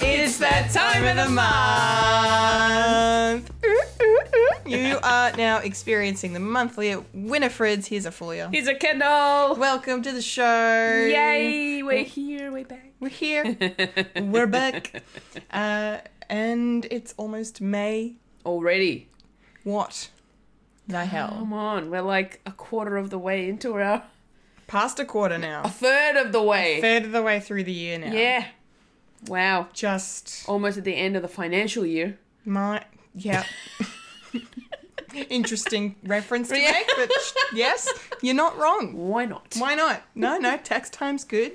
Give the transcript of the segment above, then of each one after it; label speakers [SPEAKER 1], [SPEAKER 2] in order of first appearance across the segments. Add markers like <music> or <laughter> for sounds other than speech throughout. [SPEAKER 1] that time of the month. You are now experiencing the monthly at Winifred's. Here's a folio.
[SPEAKER 2] He's a Kindle.
[SPEAKER 1] Welcome to the show.
[SPEAKER 2] Yay, we're here, we're back.
[SPEAKER 1] We're <laughs> here. We're back. Uh, and it's almost May.
[SPEAKER 2] Already.
[SPEAKER 1] What? The hell.
[SPEAKER 2] Come on, we're like a quarter of the way into our
[SPEAKER 1] Past a quarter now.
[SPEAKER 2] third of the way.
[SPEAKER 1] Third of the way through the year now.
[SPEAKER 2] Yeah. Wow.
[SPEAKER 1] Just
[SPEAKER 2] Almost at the end of the financial <laughs> year.
[SPEAKER 1] my. Yeah. Interesting <laughs> reference to make, but sh- yes, you're not wrong.
[SPEAKER 2] Why not?
[SPEAKER 1] <laughs> Why not? No, no, tax time's good.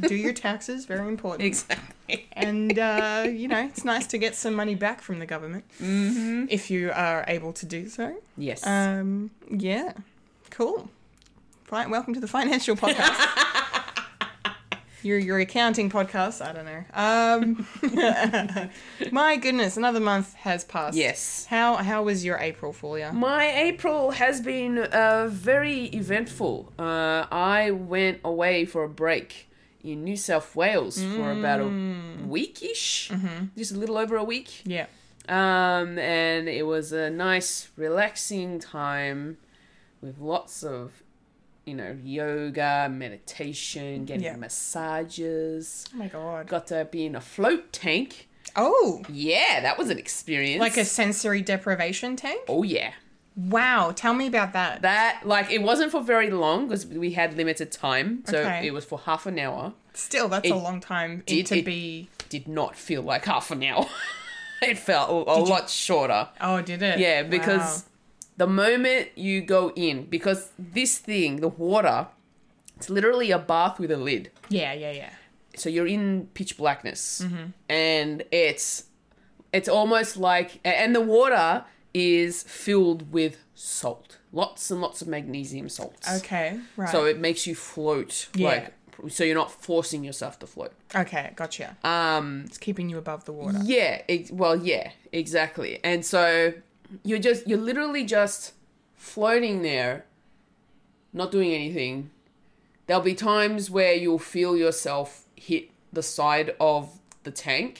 [SPEAKER 1] Do your taxes, very important.
[SPEAKER 2] <laughs> Exactly.
[SPEAKER 1] and uh, you know it's nice to get some money back from the government if you are able to do so.
[SPEAKER 2] Yes.
[SPEAKER 1] Um, yeah, cool. Right, welcome to the financial podcast. your your accounting podcast. I don't know. Um, <laughs> my goodness, another month has passed.
[SPEAKER 2] Yes.
[SPEAKER 1] How how was your April for you?
[SPEAKER 2] My April has been uh, very eventful. Uh, I went away for a break in New South Wales for about a weekish, just a little over a week.
[SPEAKER 1] Yeah.
[SPEAKER 2] Um, and it was a nice, relaxing time with lots of, you know, yoga, meditation, getting
[SPEAKER 1] Yeah.
[SPEAKER 2] massages.
[SPEAKER 1] Oh my god.
[SPEAKER 2] Got to be in a float tank.
[SPEAKER 1] Oh,
[SPEAKER 2] Yeah, that was an experience.
[SPEAKER 1] like a sensory deprivation tank.
[SPEAKER 2] oh yeah.
[SPEAKER 1] Wow. Tell me about that.
[SPEAKER 2] That like it wasn't for very long because we had limited time, so
[SPEAKER 1] Okay.
[SPEAKER 2] it was for half an hour.
[SPEAKER 1] Still, that's a long time in
[SPEAKER 2] did
[SPEAKER 1] to
[SPEAKER 2] it-
[SPEAKER 1] be.
[SPEAKER 2] Did not feel like half an hour. <laughs> it felt a, a lot shorter.
[SPEAKER 1] Oh, did it?
[SPEAKER 2] Yeah,
[SPEAKER 1] Wow.
[SPEAKER 2] because the moment you go in, because this thing, the water, it's literally a bath with a lid.
[SPEAKER 1] Yeah, yeah, yeah.
[SPEAKER 2] So you're in pitch blackness,
[SPEAKER 1] Mm-hmm.
[SPEAKER 2] and it's it's almost like a- and the water is filled with salt, lots and lots of magnesium salts.
[SPEAKER 1] Okay, right.
[SPEAKER 2] So it makes you float.
[SPEAKER 1] Yeah.
[SPEAKER 2] Like so you're not forcing yourself to float.
[SPEAKER 1] okay, gotcha.
[SPEAKER 2] Um
[SPEAKER 1] It's keeping you above the
[SPEAKER 2] <laughs>
[SPEAKER 1] water. <laughs>
[SPEAKER 2] yeah, ex- well yeah, exactly. And so you're just you're literally just floating there not doing anything. There'll be times where you'll feel yourself hit the side of the tank,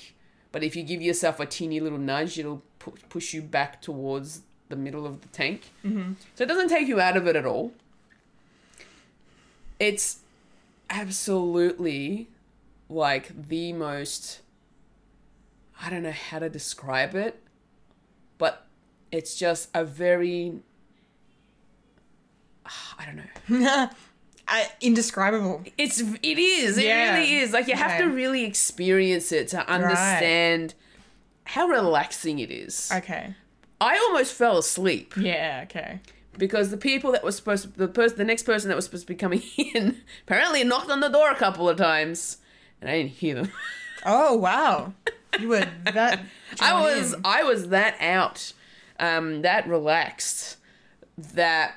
[SPEAKER 2] but if you give yourself a teeny little nudge, it'll pu- push you back towards the middle of the tank. Mm-hmm. So it doesn't take you out of it at all. It's absolutely like the most. I don't know how to describe it, but it's just a very. I don't know
[SPEAKER 1] Uh, indescribable.
[SPEAKER 2] it's it is it
[SPEAKER 1] Yeah.
[SPEAKER 2] really is like you have to
[SPEAKER 1] Okay.
[SPEAKER 2] really experience it to understand how relaxing it is
[SPEAKER 1] Okay.
[SPEAKER 2] i almost fell asleep
[SPEAKER 1] Yeah, okay.
[SPEAKER 2] because the people that were supposed to, the person the next person that was supposed to be coming <laughs> in apparently knocked on the door a couple of times and i didn't hear them
[SPEAKER 1] Oh, wow. You were
[SPEAKER 2] <laughs>
[SPEAKER 1] that.
[SPEAKER 2] i
[SPEAKER 1] drawn
[SPEAKER 2] was
[SPEAKER 1] in.
[SPEAKER 2] i was that out um that relaxed that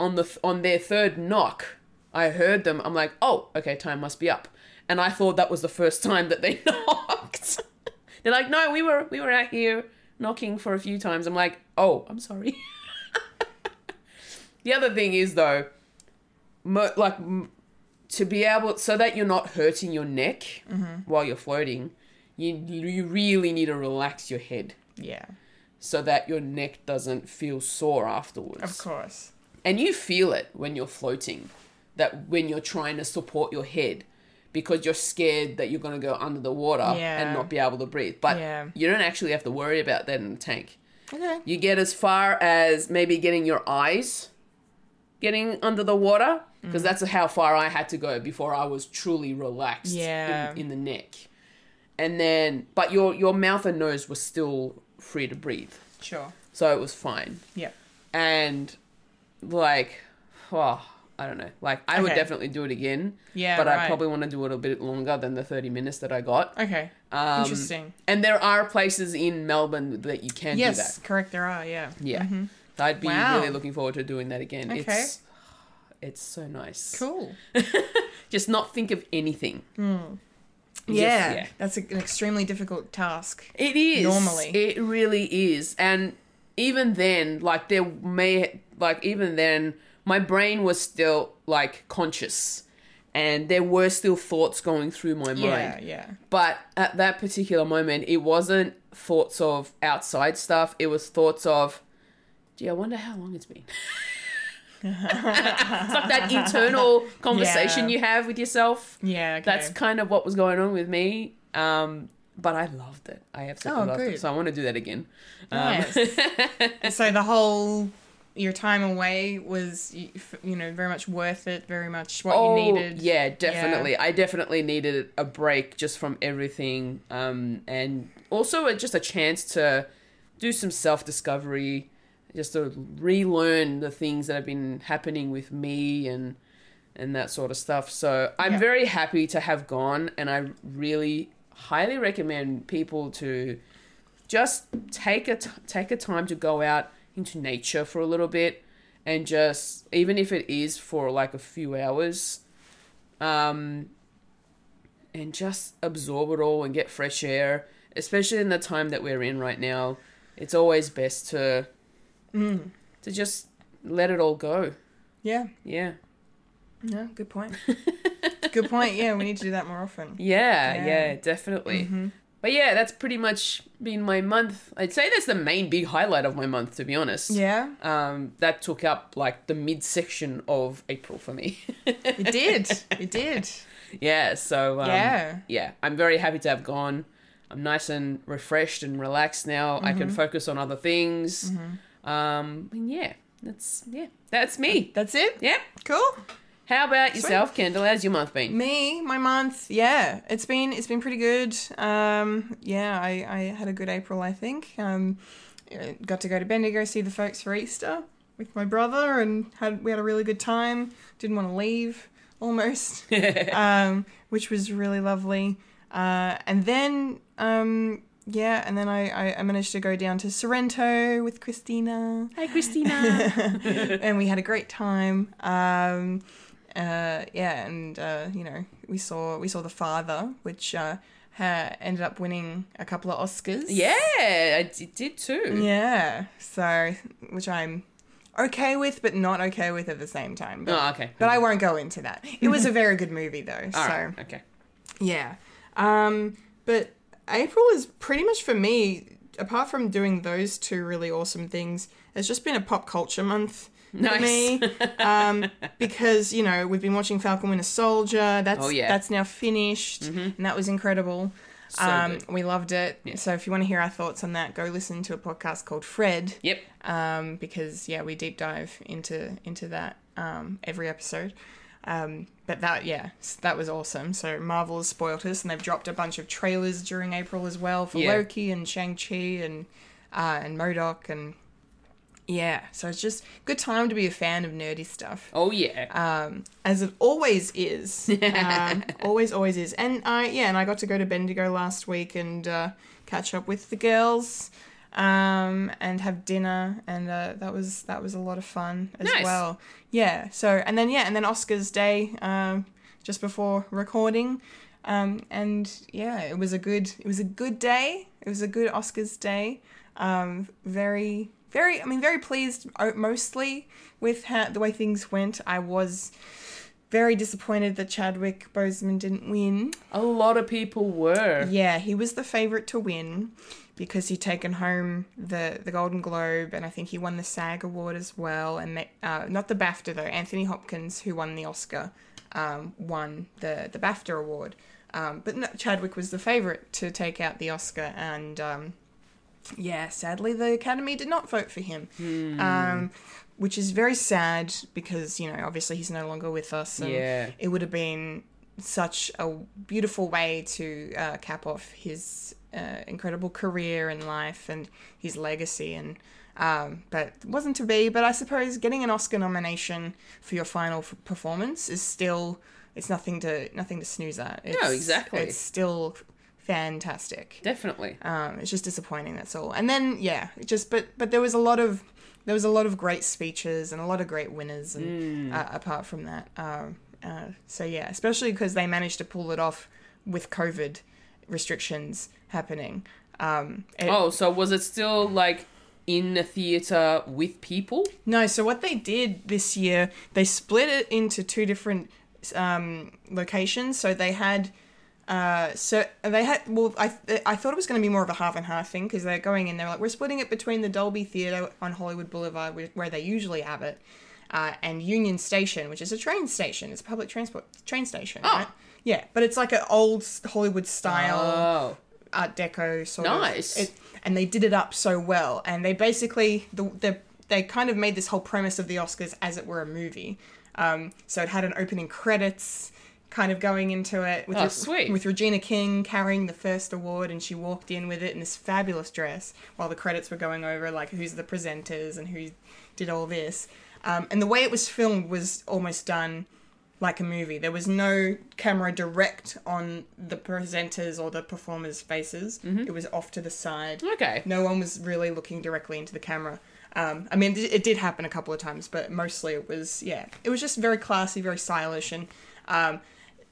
[SPEAKER 2] on the on their third knock i heard them i'm like oh okay time must be up and i thought that was the first <laughs> time that they knocked they're like no we were we were out here knocking for a few times i'm like oh i'm sorry <laughs> the other thing is though mo- like m- to be able so that you're not hurting your neck while you're floating you you really need to relax your head
[SPEAKER 1] Yeah,
[SPEAKER 2] so that your neck doesn't feel sore afterwards
[SPEAKER 1] of course.
[SPEAKER 2] and you feel it when you're floating, that when you're trying to support your head because you're scared that you're going to go under the water
[SPEAKER 1] Yeah.
[SPEAKER 2] and not be able to breathe. But
[SPEAKER 1] Yeah.
[SPEAKER 2] you don't actually have to worry about that in the tank.
[SPEAKER 1] Okay.
[SPEAKER 2] You get as far as maybe getting your eyes getting under the water because that's how far I had to go before I was truly relaxed
[SPEAKER 1] Yeah.
[SPEAKER 2] in, in the neck. And then but your your mouth and nose were still free to breathe.
[SPEAKER 1] Sure.
[SPEAKER 2] So it was fine
[SPEAKER 1] Yep.
[SPEAKER 2] and like oh i don't know like i would
[SPEAKER 1] Okay.
[SPEAKER 2] definitely do it again
[SPEAKER 1] Yeah,
[SPEAKER 2] but
[SPEAKER 1] right.
[SPEAKER 2] i probably want to do it a bit longer than the 30 minutes that i got
[SPEAKER 1] Okay.
[SPEAKER 2] um,
[SPEAKER 1] Interesting.
[SPEAKER 2] and there are places in melbourne that you can
[SPEAKER 1] Yes,
[SPEAKER 2] do
[SPEAKER 1] correct, there are, yeah. Mm-hmm.
[SPEAKER 2] that yeah i'd be
[SPEAKER 1] Wow.
[SPEAKER 2] really looking forward to doing that again
[SPEAKER 1] Okay.
[SPEAKER 2] it's <sighs> it's so nice
[SPEAKER 1] Cool.
[SPEAKER 2] just not think of anything
[SPEAKER 1] Yeah,
[SPEAKER 2] yeah.
[SPEAKER 1] that's a, an extremely difficult task.
[SPEAKER 2] It is.
[SPEAKER 1] Normally.
[SPEAKER 2] It really is. And even then, like, there may, like, even then, my brain was still, like, conscious. and there were still thoughts going through my mind.
[SPEAKER 1] Yeah, yeah.
[SPEAKER 2] But at that particular moment, it wasn't thoughts of outside stuff. It was thoughts of, gee, I wonder how long it's been. <laughs> it's like
[SPEAKER 1] <laughs>
[SPEAKER 2] that internal conversation
[SPEAKER 1] Yeah.
[SPEAKER 2] you have with yourself.
[SPEAKER 1] Yeah, okay.
[SPEAKER 2] That's kind of what was going on with me. Um, but I loved it. I absolutely
[SPEAKER 1] Oh,
[SPEAKER 2] loved
[SPEAKER 1] good.
[SPEAKER 2] it. So I want to do that again. Um,
[SPEAKER 1] Nice.
[SPEAKER 2] <laughs>
[SPEAKER 1] so the whole your time away was you f- you know very much worth it, very much what
[SPEAKER 2] oh,
[SPEAKER 1] you needed.
[SPEAKER 2] Yeah, definitely. I definitely needed a break just from everything, um, and also a, just a chance to do some self discovery, just to relearn the things that have been happening with me and and that sort of stuff. So I'm
[SPEAKER 1] Yeah.
[SPEAKER 2] very happy to have gone, and I really highly recommend people to just take a t- take a time to go out into nature for a little bit and just even if it is for like a few hours um and just absorb it all and get fresh air especially in the time that we're in right now it's always best to to just let it all go
[SPEAKER 1] Mm. Yeah.
[SPEAKER 2] yeah
[SPEAKER 1] No, good
[SPEAKER 2] <laughs>
[SPEAKER 1] point. good point. Yeah, we need to do that more often.
[SPEAKER 2] yeah yeah,
[SPEAKER 1] Yeah. Mm-hmm.
[SPEAKER 2] definitely but yeah that's pretty much been my month i'd say that's the main big highlight of my month to be honest
[SPEAKER 1] Yeah,
[SPEAKER 2] um, that took up like the midsection of April for me. <laughs>
[SPEAKER 1] it did. It did.
[SPEAKER 2] yeah, so um,
[SPEAKER 1] Yeah.
[SPEAKER 2] yeah, I'm very happy to have gone. I'm nice and refreshed and relaxed now. I
[SPEAKER 1] Mm-hmm.
[SPEAKER 2] can focus on other things. Um, and yeah, that's yeah, that's me.
[SPEAKER 1] That's it.
[SPEAKER 2] Yeah.
[SPEAKER 1] Cool.
[SPEAKER 2] How about yourself, Kendall? How's your
[SPEAKER 1] <laughs>
[SPEAKER 2] month been?
[SPEAKER 1] Me, my month. Yeah, it's been it's been pretty good. Um, yeah, I I had a good April. I think. Um, uh, got to go to Bendigo see the folks for Easter with my brother, and had we had a really good time. Didn't want to leave almost. um, which was really lovely. Uh, and then, um, yeah, and then I, I, I managed to go down to Sorrento with Christina,
[SPEAKER 2] Hi, Christina.
[SPEAKER 1] and we had a great time. Um, uh, yeah, and uh, you know, we saw we saw The Father, which uh, ha- ended up winning a couple of Oscars.
[SPEAKER 2] <laughs> yeah, I d- did too.
[SPEAKER 1] yeah. So, which I'm okay with, but not okay with at the same time. But,
[SPEAKER 2] Oh, okay.
[SPEAKER 1] but I won't go into that. It was a very good movie, though. so.
[SPEAKER 2] <laughs> All right. Okay.
[SPEAKER 1] Yeah. Um, but April is pretty much for me, apart from doing those two really awesome things, has just been a pop culture month for
[SPEAKER 2] Nice.
[SPEAKER 1] me. Um, because, you know, we've been watching Falcon Winter Soldier. That's
[SPEAKER 2] Oh, yeah. Mm-hmm.
[SPEAKER 1] that's now finished and that was incredible.
[SPEAKER 2] So
[SPEAKER 1] um,
[SPEAKER 2] good.
[SPEAKER 1] we loved it. So if you want to hear our thoughts on that, go listen to a podcast called Fred
[SPEAKER 2] Yep.
[SPEAKER 1] um, because yeah, we deep dive into into that um, every episode. Um, but that yeah, s- that was awesome. So Marvel has spoilt us, and they've dropped a bunch of trailers during April as well for
[SPEAKER 2] Yeah.
[SPEAKER 1] Loki and Shang Chi and uh, and Modoc and yeah. So it's just good time to be a fan of nerdy stuff
[SPEAKER 2] Oh yeah.
[SPEAKER 1] um, as it always is, um, always always is. And I yeah, and I got to go to Bendigo last week and uh, catch up with the girls um, and have dinner, and uh, that was that was a lot of fun as
[SPEAKER 2] Nice.
[SPEAKER 1] well. Yeah. So and then yeah, and then Oscars Day um, just before recording. Um, and yeah, it was a good it was a good day. It was a good Oscars day. Um, very very I mean very pleased uh, mostly with how, the way things went. I was very disappointed that Chadwick Boseman didn't win.
[SPEAKER 2] a lot of people were.
[SPEAKER 1] Yeah, he was the favorite to win because he'd taken home the the Golden Globe and I think he won the SAG award as well and they, uh, not the BAFTA though. Anthony Hopkins who won the Oscar um, won the the BAFTA award. Um, but no, Chadwick was the favorite to take out the Oscar and um, yeah, sadly the Academy did not vote for him.
[SPEAKER 2] Mm.
[SPEAKER 1] Um which is very sad because, you know, obviously he's no longer with us. And
[SPEAKER 2] Yeah.
[SPEAKER 1] it would have been such a beautiful way to uh, cap off his uh, incredible career and life and his legacy and um, but it wasn't to be but i suppose getting an oscar nomination for your final f- performance is still it's nothing to nothing to snooze at it's,
[SPEAKER 2] exactly.
[SPEAKER 1] it's still fantastic
[SPEAKER 2] Definitely.
[SPEAKER 1] um, it's just disappointing that's all and then yeah it just but but there was a lot of there was a lot of great speeches and a lot of great winners and uh, apart from that um, uh, so yeah especially because they managed to pull it off with covid restrictions happening um, it-
[SPEAKER 2] Oh, so was it still like in the theater with people?
[SPEAKER 1] No, so what they did this year, they split it into two different um, locations. So they had, uh, so they had. Well, I I thought it was going to be more of a half and half thing because they're going in. They're like we're splitting it between the Dolby Theatre on Hollywood Boulevard, where, where they usually have it, uh, and Union Station, which is a train station. It's a public transport train station.
[SPEAKER 2] Oh.
[SPEAKER 1] Right? Yeah, but it's like an old Hollywood style.
[SPEAKER 2] Oh.
[SPEAKER 1] Art Deco sort
[SPEAKER 2] Nice.
[SPEAKER 1] of. It, and they did it up so well, and they basically the, the they kind of made this whole premise of the Oscars as it were a movie. Um, so it had an opening credits kind of going into it with
[SPEAKER 2] Oh,
[SPEAKER 1] Re-
[SPEAKER 2] sweet.
[SPEAKER 1] with Regina King carrying the first award, and she walked in with it in this fabulous dress while the credits were going over like who's the presenters and who did all this. Um, and the way it was filmed was almost done like a movie. There was no camera direct on the presenters or the performers' faces. It was off to the side.
[SPEAKER 2] Okay.
[SPEAKER 1] No one was really looking directly into the camera. Um, I mean, it it did happen a couple of times, but mostly it was yeah, it was just very classy, very stylish, and um,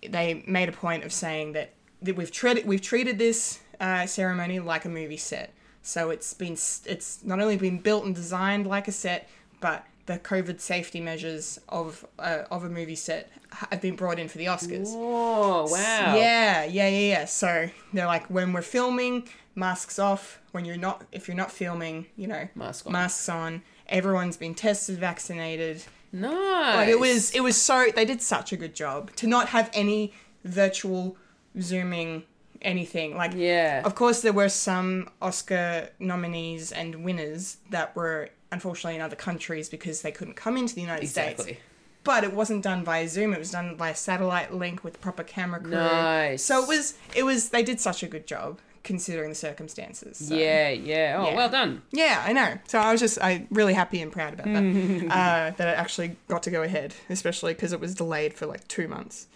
[SPEAKER 1] they made a point of saying that, that we've treated we've treated this uh, ceremony like a movie set. So it's been s- it's not only been built and designed like a set, but the COVID safety measures of uh, of a movie set have been brought in for the Oscars.
[SPEAKER 2] Oh, wow.
[SPEAKER 1] Yeah, yeah, yeah, yeah. So they're like, when we're filming, masks off. When you're not, if you're not filming, you know,
[SPEAKER 2] Mask on.
[SPEAKER 1] masks on. Everyone's been tested, vaccinated.
[SPEAKER 2] Nice.
[SPEAKER 1] Like Oh, it was, it was so they did such a good job to not have any virtual zooming anything. Like,
[SPEAKER 2] Yeah.
[SPEAKER 1] of course, there were some Oscar nominees and winners that were unfortunately in other countries because they couldn't come into the United States
[SPEAKER 2] Exactly.
[SPEAKER 1] but it wasn't done via Zoom. It was done by a satellite link with proper camera crew.
[SPEAKER 2] Nice.
[SPEAKER 1] So it was. It was. They did such a good job considering the circumstances. so-
[SPEAKER 2] Yeah, yeah. Oh,
[SPEAKER 1] Yeah.
[SPEAKER 2] well done.
[SPEAKER 1] Yeah, I know. So I was just. I really happy and proud about that.
[SPEAKER 2] <laughs>
[SPEAKER 1] uh, that it actually got to go ahead, especially because it was delayed for like two months.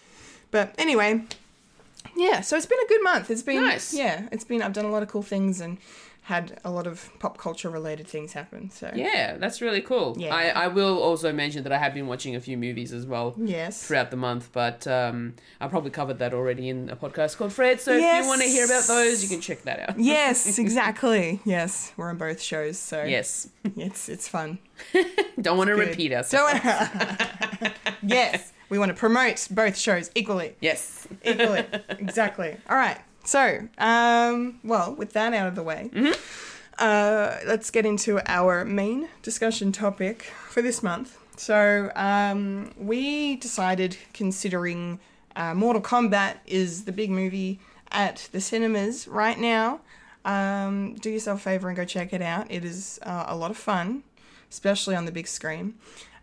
[SPEAKER 1] But anyway, yeah. So it's been a good month. It's been
[SPEAKER 2] Nice.
[SPEAKER 1] Yeah, it's been. I've done a lot of cool things and had a lot of pop culture related things happen. So
[SPEAKER 2] Yeah, that's really cool.
[SPEAKER 1] Yeah.
[SPEAKER 2] I, I will also mention that I have been watching a few movies as well
[SPEAKER 1] Yes.
[SPEAKER 2] throughout the month, but um, I probably covered that already in a podcast called Fred. So if
[SPEAKER 1] Yes.
[SPEAKER 2] you want to hear about those, you can check that
[SPEAKER 1] <laughs>
[SPEAKER 2] out.
[SPEAKER 1] Yes, exactly. Yes, we're on both shows, so
[SPEAKER 2] Yes.
[SPEAKER 1] it's it's fun.
[SPEAKER 2] Don't want to
[SPEAKER 1] Good.
[SPEAKER 2] repeat us.
[SPEAKER 1] So <laughs> yes, we want to promote both shows equally,
[SPEAKER 2] Yes.
[SPEAKER 1] equally, exactly. All right. So, um, well, with that out of the way, uh, let's get into our main discussion topic for this month. So, um, we decided, considering uh, Mortal Kombat is the big movie at the cinemas right now, um, do yourself a favor and go check it out. It is uh, a lot of fun, especially on the big screen.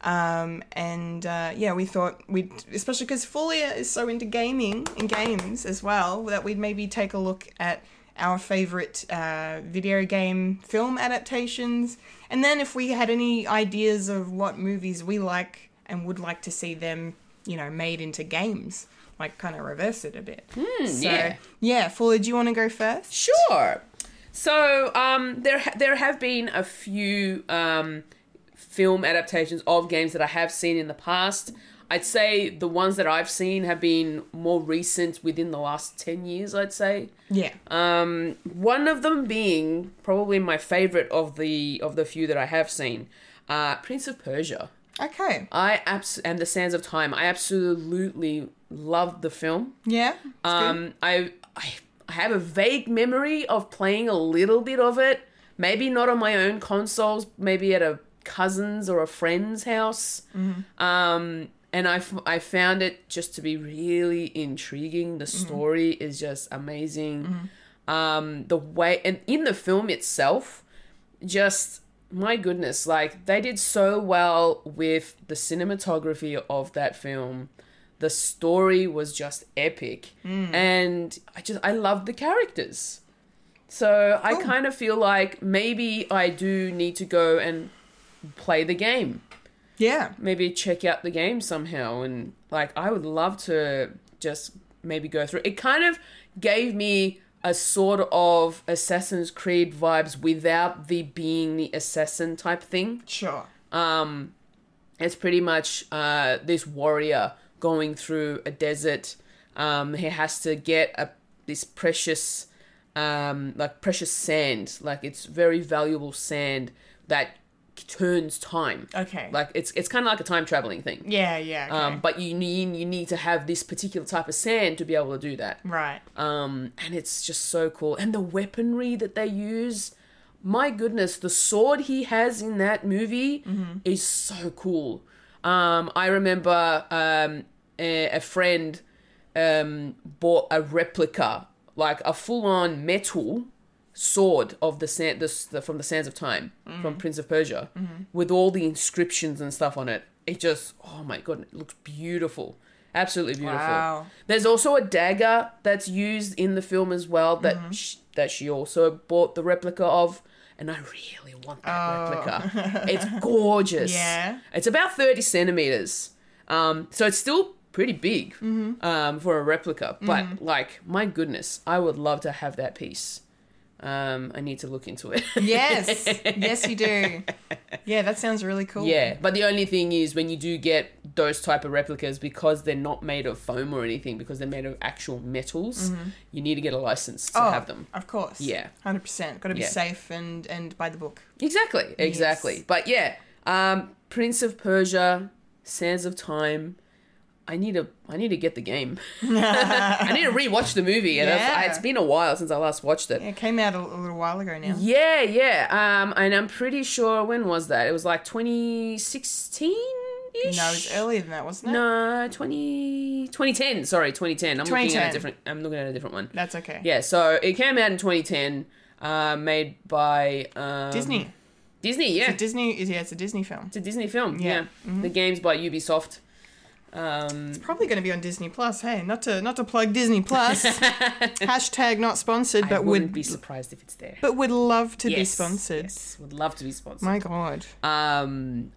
[SPEAKER 1] Um, and uh, yeah, we thought we'd, especially because Fulia is so into gaming and games as well, that we'd maybe take a look at our favorite uh, video game film adaptations. And then if we had any ideas of what movies we like and would like to see them, you know, made into games, like kind of reverse it a bit. so,
[SPEAKER 2] Hmm, yeah.
[SPEAKER 1] Yeah, Fulia, do you want to go first?
[SPEAKER 2] Sure. So um, there ha- there have been a few um, film adaptations of games that I have seen in the past. I'd say the ones that I've seen have been more recent within the last ten years. I'd say
[SPEAKER 1] Yeah.
[SPEAKER 2] um, one of them being probably my favorite of the of the few that I have seen, uh, Prince of Persia.
[SPEAKER 1] Okay.
[SPEAKER 2] I abs- and the Sands of Time. I absolutely loved the film.
[SPEAKER 1] Yeah. it's good.
[SPEAKER 2] Um, I, I I have a vague memory of playing a little bit of it. Maybe not on my own consoles. Maybe at a cousin's or a friend's house. Um, and I, f- I found it just to be really intriguing. The story is just amazing. Um, the way and in the film itself, just my goodness, like they did so well with the cinematography of that film. The story was just epic, and I just I loved the characters. So I
[SPEAKER 1] Cool.
[SPEAKER 2] kind of feel like maybe I do need to go and play the game
[SPEAKER 1] Yeah.
[SPEAKER 2] maybe check out the game somehow and like I would love to just maybe go through. It kind of gave me a sort of Assassin's Creed vibes without the being the assassin type thing.
[SPEAKER 1] Sure.
[SPEAKER 2] Um it's pretty much uh this warrior going through a desert. Um he has to get a this precious um like precious sand, like it's very valuable sand that turns time.
[SPEAKER 1] Okay.
[SPEAKER 2] Like it's it's kind of like a time traveling thing.
[SPEAKER 1] yeah, yeah. Okay.
[SPEAKER 2] Um, but you need you need to have this particular type of sand to be able to do that. <laughs>
[SPEAKER 1] right.
[SPEAKER 2] Um, and it's just so cool. And the weaponry that they use, my goodness, the sword he has in that movie is so cool. Um, I remember um, a, a friend um, bought a replica, like a full-on metal sword of the sand, this the, from the Sands of Time, from Prince of Persia, with all the inscriptions and stuff on it. It just, oh my god, it looks beautiful, absolutely beautiful.
[SPEAKER 1] Wow.
[SPEAKER 2] There's also a dagger that's used in the film as well that
[SPEAKER 1] Mm-hmm.
[SPEAKER 2] sh- that she also bought the replica of, and I really want that
[SPEAKER 1] Oh. <laughs>
[SPEAKER 2] replica. It's gorgeous.
[SPEAKER 1] Yeah.
[SPEAKER 2] it's about thirty centimeters, um, so it's still pretty big
[SPEAKER 1] Mm-hmm.
[SPEAKER 2] um, for a replica. But
[SPEAKER 1] Mm.
[SPEAKER 2] like, my goodness, I would love to have that piece. Um, I need to look into it. <laughs>
[SPEAKER 1] Yes. yes, you do. Yeah, that sounds really cool.
[SPEAKER 2] Yeah, but the only thing is when you do get those type of replicas because they're not made of foam or anything because they're made of actual metals, you need to get a license to
[SPEAKER 1] Mm-hmm. Oh,
[SPEAKER 2] have them.
[SPEAKER 1] Of course.
[SPEAKER 2] Yeah.
[SPEAKER 1] Hundred percent. Got to be
[SPEAKER 2] Yeah.
[SPEAKER 1] safe and and by the book.
[SPEAKER 2] Exactly, exactly. But yeah, um, Prince of Persia, Sands of Time. I need to I need to get the game. <laughs> I
[SPEAKER 1] <laughs>
[SPEAKER 2] need to rewatch the movie. And I've-
[SPEAKER 1] Yeah.
[SPEAKER 2] I- it's been a while since I last watched it.
[SPEAKER 1] Yeah, it came out a, a little while ago now.
[SPEAKER 2] Yeah, yeah. Um, and I'm pretty sure when was that? It was like 2016 ish.
[SPEAKER 1] No, it's earlier than that, wasn't it?
[SPEAKER 2] No, 20, 2010. Sorry, 2010. I'm looking at
[SPEAKER 1] 2010.
[SPEAKER 2] a different. I'm looking at a different one.
[SPEAKER 1] That's okay.
[SPEAKER 2] Yeah, so it came out in 2010, uh, made by um,
[SPEAKER 1] Disney.
[SPEAKER 2] Disney, yeah,
[SPEAKER 1] It's a Disney. Yeah, it's a Disney film.
[SPEAKER 2] it's a Disney film. Yeah,
[SPEAKER 1] Yeah. Mm-hmm.
[SPEAKER 2] the game's by Ubisoft. Um,
[SPEAKER 1] Probably going to be on Disney Plus. Hey, not to not to plug Disney
[SPEAKER 2] <laughs>
[SPEAKER 1] Plus. Hashtag not sponsored,
[SPEAKER 2] I
[SPEAKER 1] but
[SPEAKER 2] wouldn't
[SPEAKER 1] would
[SPEAKER 2] be surprised if it's there.
[SPEAKER 1] but would love to be
[SPEAKER 2] Yes,
[SPEAKER 1] sponsored.
[SPEAKER 2] yes, would love to be sponsored.
[SPEAKER 1] My God.
[SPEAKER 2] um,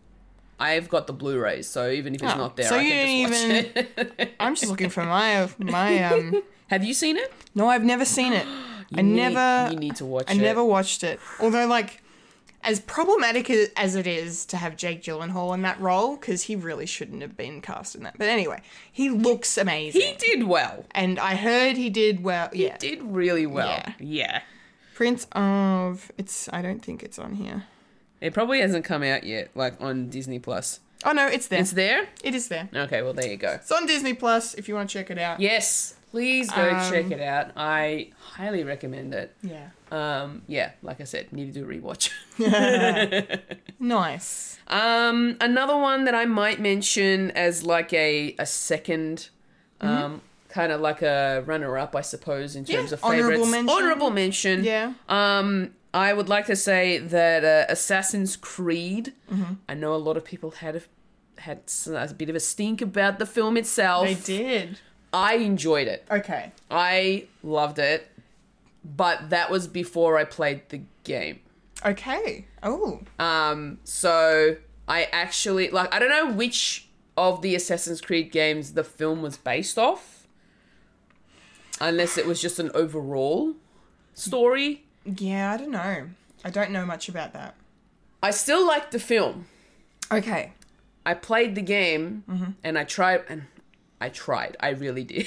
[SPEAKER 2] I've got the Blu-rays, so even if it's
[SPEAKER 1] Oh,
[SPEAKER 2] not there,
[SPEAKER 1] so
[SPEAKER 2] I
[SPEAKER 1] you
[SPEAKER 2] can just
[SPEAKER 1] didn't
[SPEAKER 2] watch it. <laughs>
[SPEAKER 1] I'm just looking for my my um.
[SPEAKER 2] Have you seen it?
[SPEAKER 1] No, I've never seen it. I
[SPEAKER 2] <gasps> You need-
[SPEAKER 1] never.
[SPEAKER 2] You need to watch
[SPEAKER 1] I
[SPEAKER 2] it.
[SPEAKER 1] never watched it. Although, like, as problematic as as it is to have Jake Gyllenhaal in that role, because he really shouldn't have been cast in that. But anyway, he looks amazing.
[SPEAKER 2] He did well.
[SPEAKER 1] and I heard he did well. Yeah.
[SPEAKER 2] Did really well.
[SPEAKER 1] Yeah.
[SPEAKER 2] yeah.
[SPEAKER 1] Prince of. It's. I don't think it's on here.
[SPEAKER 2] It probably hasn't come out yet, like on Disney Plus.
[SPEAKER 1] Oh, no, it's there.
[SPEAKER 2] It's there.
[SPEAKER 1] It is there.
[SPEAKER 2] Okay, well there you go.
[SPEAKER 1] It's on Disney Plus if you want to check it out.
[SPEAKER 2] Yes, please go
[SPEAKER 1] Um,
[SPEAKER 2] check it out. I highly recommend it.
[SPEAKER 1] Yeah.
[SPEAKER 2] Um, yeah, like I said, need to do a rewatch. <laughs>
[SPEAKER 1] Nice.
[SPEAKER 2] um, another one that I might mention as like a a second, um, kind of like a runner up, I suppose, in
[SPEAKER 1] Mm-hmm.
[SPEAKER 2] terms
[SPEAKER 1] Yeah,
[SPEAKER 2] of favorites.
[SPEAKER 1] honorable mention.
[SPEAKER 2] Honorable mention.
[SPEAKER 1] Yeah.
[SPEAKER 2] Um, I would like to say that uh, Assassin's Creed.
[SPEAKER 1] Mm-hmm.
[SPEAKER 2] I know a lot of people had a, had s- a bit of a stink about the film itself.
[SPEAKER 1] They did.
[SPEAKER 2] I enjoyed it.
[SPEAKER 1] Okay.
[SPEAKER 2] I loved it, but that was before I played the game.
[SPEAKER 1] Okay. Oh.
[SPEAKER 2] Um, so I actually like I don't know which of the Assassin's Creed games the film was based off, unless it was just an overall story.
[SPEAKER 1] Yeah, I don't know. I don't know much about that.
[SPEAKER 2] I still liked the film.
[SPEAKER 1] Okay.
[SPEAKER 2] I played the game
[SPEAKER 1] Mm-hmm.
[SPEAKER 2] and I tried and I tried. I
[SPEAKER 1] <laughs>
[SPEAKER 2] really did.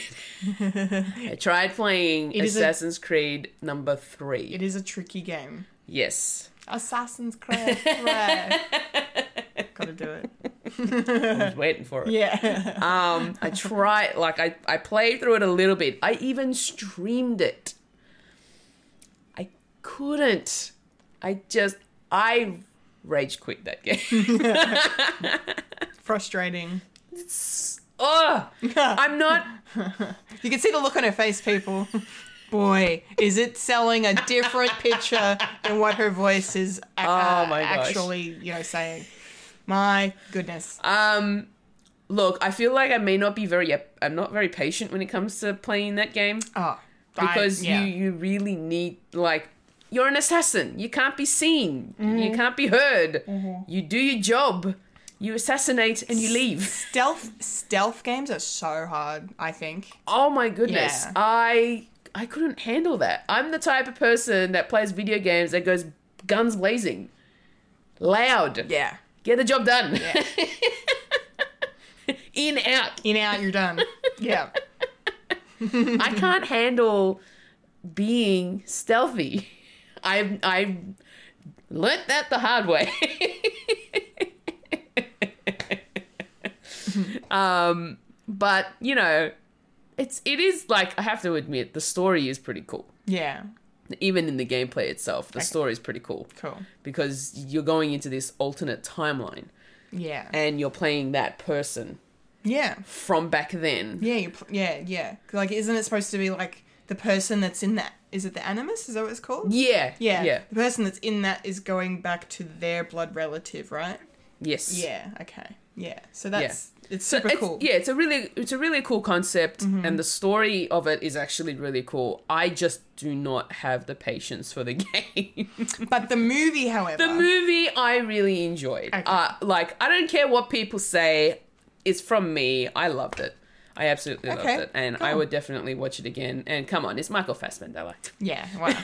[SPEAKER 2] I tried playing
[SPEAKER 1] is a-
[SPEAKER 2] Assassin's Creed number 3.
[SPEAKER 1] It is a tricky game. <laughs>
[SPEAKER 2] yes.
[SPEAKER 1] Assassin's Creed.
[SPEAKER 2] <laughs>
[SPEAKER 1] Right. Gotta do it.
[SPEAKER 2] I was waiting for it.
[SPEAKER 1] Yeah.
[SPEAKER 2] Um, I tried, like, I, I played through it a little bit. I even streamed it. I couldn't. I just, I rage quit that
[SPEAKER 1] <laughs>
[SPEAKER 2] game.
[SPEAKER 1] Frustrating. <laughs>
[SPEAKER 2] oh, I'm not.
[SPEAKER 1] You can see the look on her face, people. Boy, is it selling a different picture than what her voice is a- uh,
[SPEAKER 2] Oh my gosh.
[SPEAKER 1] actually, you know, saying. My goodness.
[SPEAKER 2] Um, look, I feel like I may not be very. I'm not very patient when it comes to playing that game
[SPEAKER 1] Oh,
[SPEAKER 2] because
[SPEAKER 1] I, yeah.
[SPEAKER 2] you you really need like you're an assassin. You can't be seen.
[SPEAKER 1] Mm-hmm.
[SPEAKER 2] You can't be heard. You do your job. You assassinate and you leave.
[SPEAKER 1] stealth stealth games are so hard. I think.
[SPEAKER 2] Oh my goodness.
[SPEAKER 1] Yeah.
[SPEAKER 2] I I couldn't handle that. I'm the type of person that plays video games that goes guns blazing. Loud.
[SPEAKER 1] Yeah.
[SPEAKER 2] Get the job done. <laughs> In out.
[SPEAKER 1] In out, you're
[SPEAKER 2] <laughs>
[SPEAKER 1] done. Yeah.
[SPEAKER 2] I <laughs> can't handle being stealthy. I I Learned that the hard way. um, but you know, it's it is like I have to admit the story is pretty cool.
[SPEAKER 1] Yeah.
[SPEAKER 2] Even in the gameplay itself, the story is pretty cool
[SPEAKER 1] Cool.
[SPEAKER 2] because you're going into this alternate timeline
[SPEAKER 1] Yeah.
[SPEAKER 2] and you're playing that person
[SPEAKER 1] yeah.
[SPEAKER 2] from back then.
[SPEAKER 1] Yeah. You pl- yeah. Yeah. 'Cause, Like, isn't it supposed to be like the person that's in that? Is it the animus? Is that what it's called?
[SPEAKER 2] Yeah.
[SPEAKER 1] Yeah.
[SPEAKER 2] Yeah.
[SPEAKER 1] The person that's in that is going back to their blood relative, right?
[SPEAKER 2] Yes.
[SPEAKER 1] Yeah. Okay. Yeah. So that's it's
[SPEAKER 2] So
[SPEAKER 1] super
[SPEAKER 2] it's-
[SPEAKER 1] cool. Mm-hmm.
[SPEAKER 2] Yeah, it's a really it's a really cool concept, and the story of it is actually really cool. I just do not have the patience for the <laughs> game.
[SPEAKER 1] But the movie, however,
[SPEAKER 2] the movie I really enjoyed.
[SPEAKER 1] Uh, Okay.
[SPEAKER 2] Uh, like I don't care what people say, it's from me. I loved it. I absolutely
[SPEAKER 1] Okay,
[SPEAKER 2] loved it, and I
[SPEAKER 1] cool.
[SPEAKER 2] would definitely watch it again. And come on, it's Michael Fassbender. Like,
[SPEAKER 1] Yeah, wow.
[SPEAKER 2] <laughs>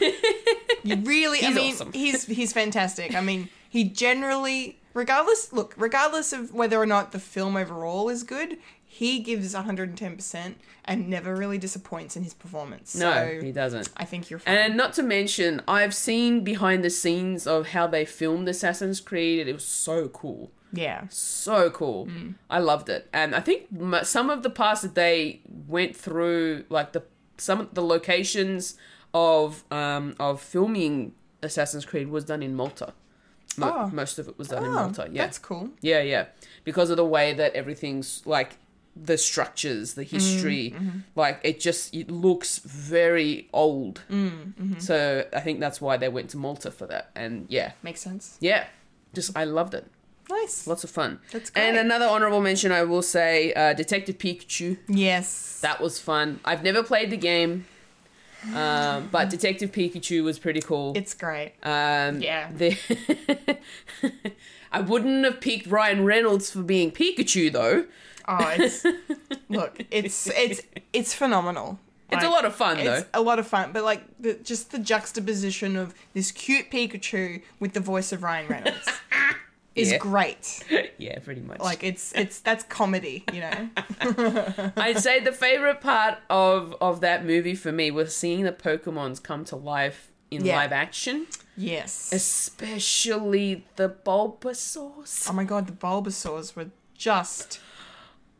[SPEAKER 1] you really, I
[SPEAKER 2] He's
[SPEAKER 1] mean,
[SPEAKER 2] awesome.
[SPEAKER 1] he's he's fantastic. I mean, he generally, regardless, look, regardless of whether or not the film overall is good, he gives 110% and never really disappoints in his performance.
[SPEAKER 2] no,
[SPEAKER 1] so
[SPEAKER 2] he doesn't.
[SPEAKER 1] I think you're fine.
[SPEAKER 2] And not to mention, I've seen behind the scenes of how they filmed Assassin's Creed. and It was so cool.
[SPEAKER 1] yeah.
[SPEAKER 2] so cool. I loved it, and I think m- some of the parts that they went through, like the some of the locations of um of filming Assassin's Creed, was done in Malta. Mo-
[SPEAKER 1] Oh.
[SPEAKER 2] Most of it was done in
[SPEAKER 1] Oh,
[SPEAKER 2] Malta. Yeah,
[SPEAKER 1] that's cool.
[SPEAKER 2] yeah, yeah. Because of the way that everything's like the structures, the history, like it just it looks very old. So I think that's why they went to Malta for that. And yeah,
[SPEAKER 1] Makes sense.
[SPEAKER 2] yeah, just I loved it.
[SPEAKER 1] Nice.
[SPEAKER 2] Lots of fun.
[SPEAKER 1] That's great.
[SPEAKER 2] And another honorable mention, I will say, uh, Detective Pikachu.
[SPEAKER 1] yes.
[SPEAKER 2] That was fun. I've never played the game, um, but Detective Pikachu was pretty cool.
[SPEAKER 1] it's great.
[SPEAKER 2] Um,
[SPEAKER 1] Yeah.
[SPEAKER 2] the- <laughs> I wouldn't have picked Ryan Reynolds for being Pikachu though. <laughs>
[SPEAKER 1] Oh, it's look, it's it's it's phenomenal.
[SPEAKER 2] It's a
[SPEAKER 1] Like,
[SPEAKER 2] lot of fun though.
[SPEAKER 1] It's a lot of fun, but like the, just the juxtaposition of this cute Pikachu with the voice of Ryan
[SPEAKER 2] <laughs>
[SPEAKER 1] Reynolds is
[SPEAKER 2] Yeah.
[SPEAKER 1] great.
[SPEAKER 2] <laughs> yeah, pretty much.
[SPEAKER 1] Like it's it's that's comedy, you know.
[SPEAKER 2] I'd say
[SPEAKER 1] <laughs>
[SPEAKER 2] the favorite part of of that movie for me was seeing the Pokemon's come to life in
[SPEAKER 1] Yeah.
[SPEAKER 2] live action,
[SPEAKER 1] Yes.
[SPEAKER 2] especially the Bulbasaur's.
[SPEAKER 1] Oh my god, the Bulbasaurs were just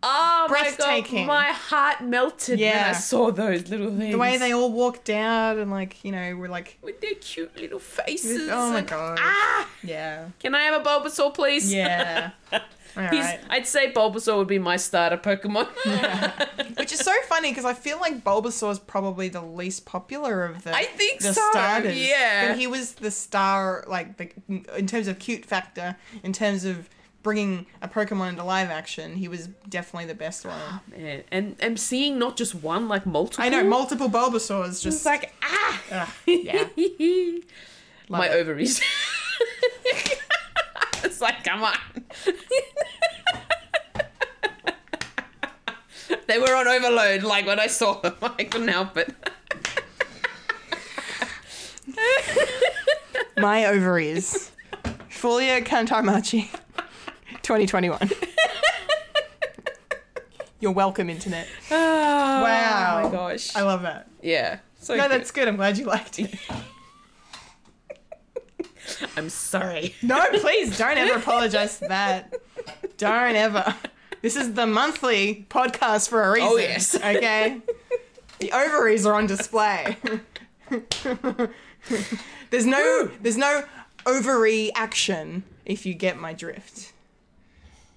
[SPEAKER 2] Oh
[SPEAKER 1] Breathtaking.
[SPEAKER 2] my god, my heart melted when
[SPEAKER 1] Yeah.
[SPEAKER 2] I saw those little things.
[SPEAKER 1] the way they all walked out and like you know were like
[SPEAKER 2] with their cute little faces.
[SPEAKER 1] Oh my
[SPEAKER 2] and-
[SPEAKER 1] God.
[SPEAKER 2] Ah!
[SPEAKER 1] yeah
[SPEAKER 2] <laughs> Can I have a Bulbasaur, please? <laughs>
[SPEAKER 1] yeah. All
[SPEAKER 2] He's-
[SPEAKER 1] right.
[SPEAKER 2] I'd say Bulbasaur would be my starter Pokemon. <laughs>
[SPEAKER 1] Which is so funny because I feel like Bulbasaur's probably the least popular of the
[SPEAKER 2] I think
[SPEAKER 1] the
[SPEAKER 2] so,
[SPEAKER 1] starters.
[SPEAKER 2] yeah.
[SPEAKER 1] but he was the star, like the in terms of cute factor, in terms of bringing a Pokemon into live action, he was definitely the best one.
[SPEAKER 2] Man, and and seeing not just one, like multiple.
[SPEAKER 1] I know multiple Bulbasaurs,
[SPEAKER 2] It's
[SPEAKER 1] just
[SPEAKER 2] like ah, <laughs>
[SPEAKER 1] ugh, <laughs> yeah,
[SPEAKER 2] my
[SPEAKER 1] it.
[SPEAKER 2] ovaries. <laughs> it's like
[SPEAKER 1] <laughs>
[SPEAKER 2] come on. they were on overload. Like when I saw them, <laughs> I couldn't
[SPEAKER 1] <laughs>
[SPEAKER 2] help it.
[SPEAKER 1] my ovaries, Folia Kantamachi,
[SPEAKER 2] <laughs>
[SPEAKER 1] 2021. You're welcome, internet.
[SPEAKER 2] Oh,
[SPEAKER 1] Wow.
[SPEAKER 2] my gosh.
[SPEAKER 1] I love that.
[SPEAKER 2] yeah. So
[SPEAKER 1] No,
[SPEAKER 2] good.
[SPEAKER 1] that's good. I'm glad you liked it.
[SPEAKER 2] <laughs> I'm sorry.
[SPEAKER 1] No, please don't ever apologize for that. Don't ever. This is the monthly podcast for a reason.
[SPEAKER 2] Oh, yes.
[SPEAKER 1] Okay. The ovaries are on display. there's no there's no ovary action if you get my drift.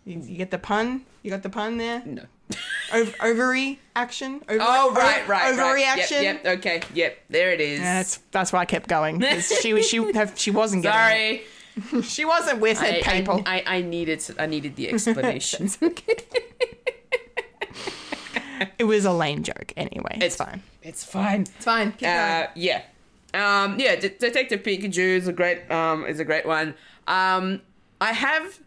[SPEAKER 1] You, you get the pun? You got the pun there?
[SPEAKER 2] <laughs>
[SPEAKER 1] <laughs>
[SPEAKER 2] No.
[SPEAKER 1] Ov- ovary action? Over-
[SPEAKER 2] Oh right,
[SPEAKER 1] o-
[SPEAKER 2] right,
[SPEAKER 1] Ovary
[SPEAKER 2] right.
[SPEAKER 1] action?
[SPEAKER 2] Yep, yep. Okay. Yep. There it is.
[SPEAKER 1] That's that's why I kept going. 'cause She was
[SPEAKER 2] <laughs>
[SPEAKER 1] she she wasn't getting it.
[SPEAKER 2] Sorry.
[SPEAKER 1] She wasn't with
[SPEAKER 2] I,
[SPEAKER 1] it, people.
[SPEAKER 2] I, I, I needed I needed the explanations. okay.
[SPEAKER 1] It was a lame joke anyway. It's,
[SPEAKER 2] It's-
[SPEAKER 1] fine.
[SPEAKER 2] <laughs> It's fine.
[SPEAKER 1] It's fine. Keep <laughs>
[SPEAKER 2] Uh, yeah. Um, yeah, De- Detective Pikachu is a great um, is a great one. Um, I have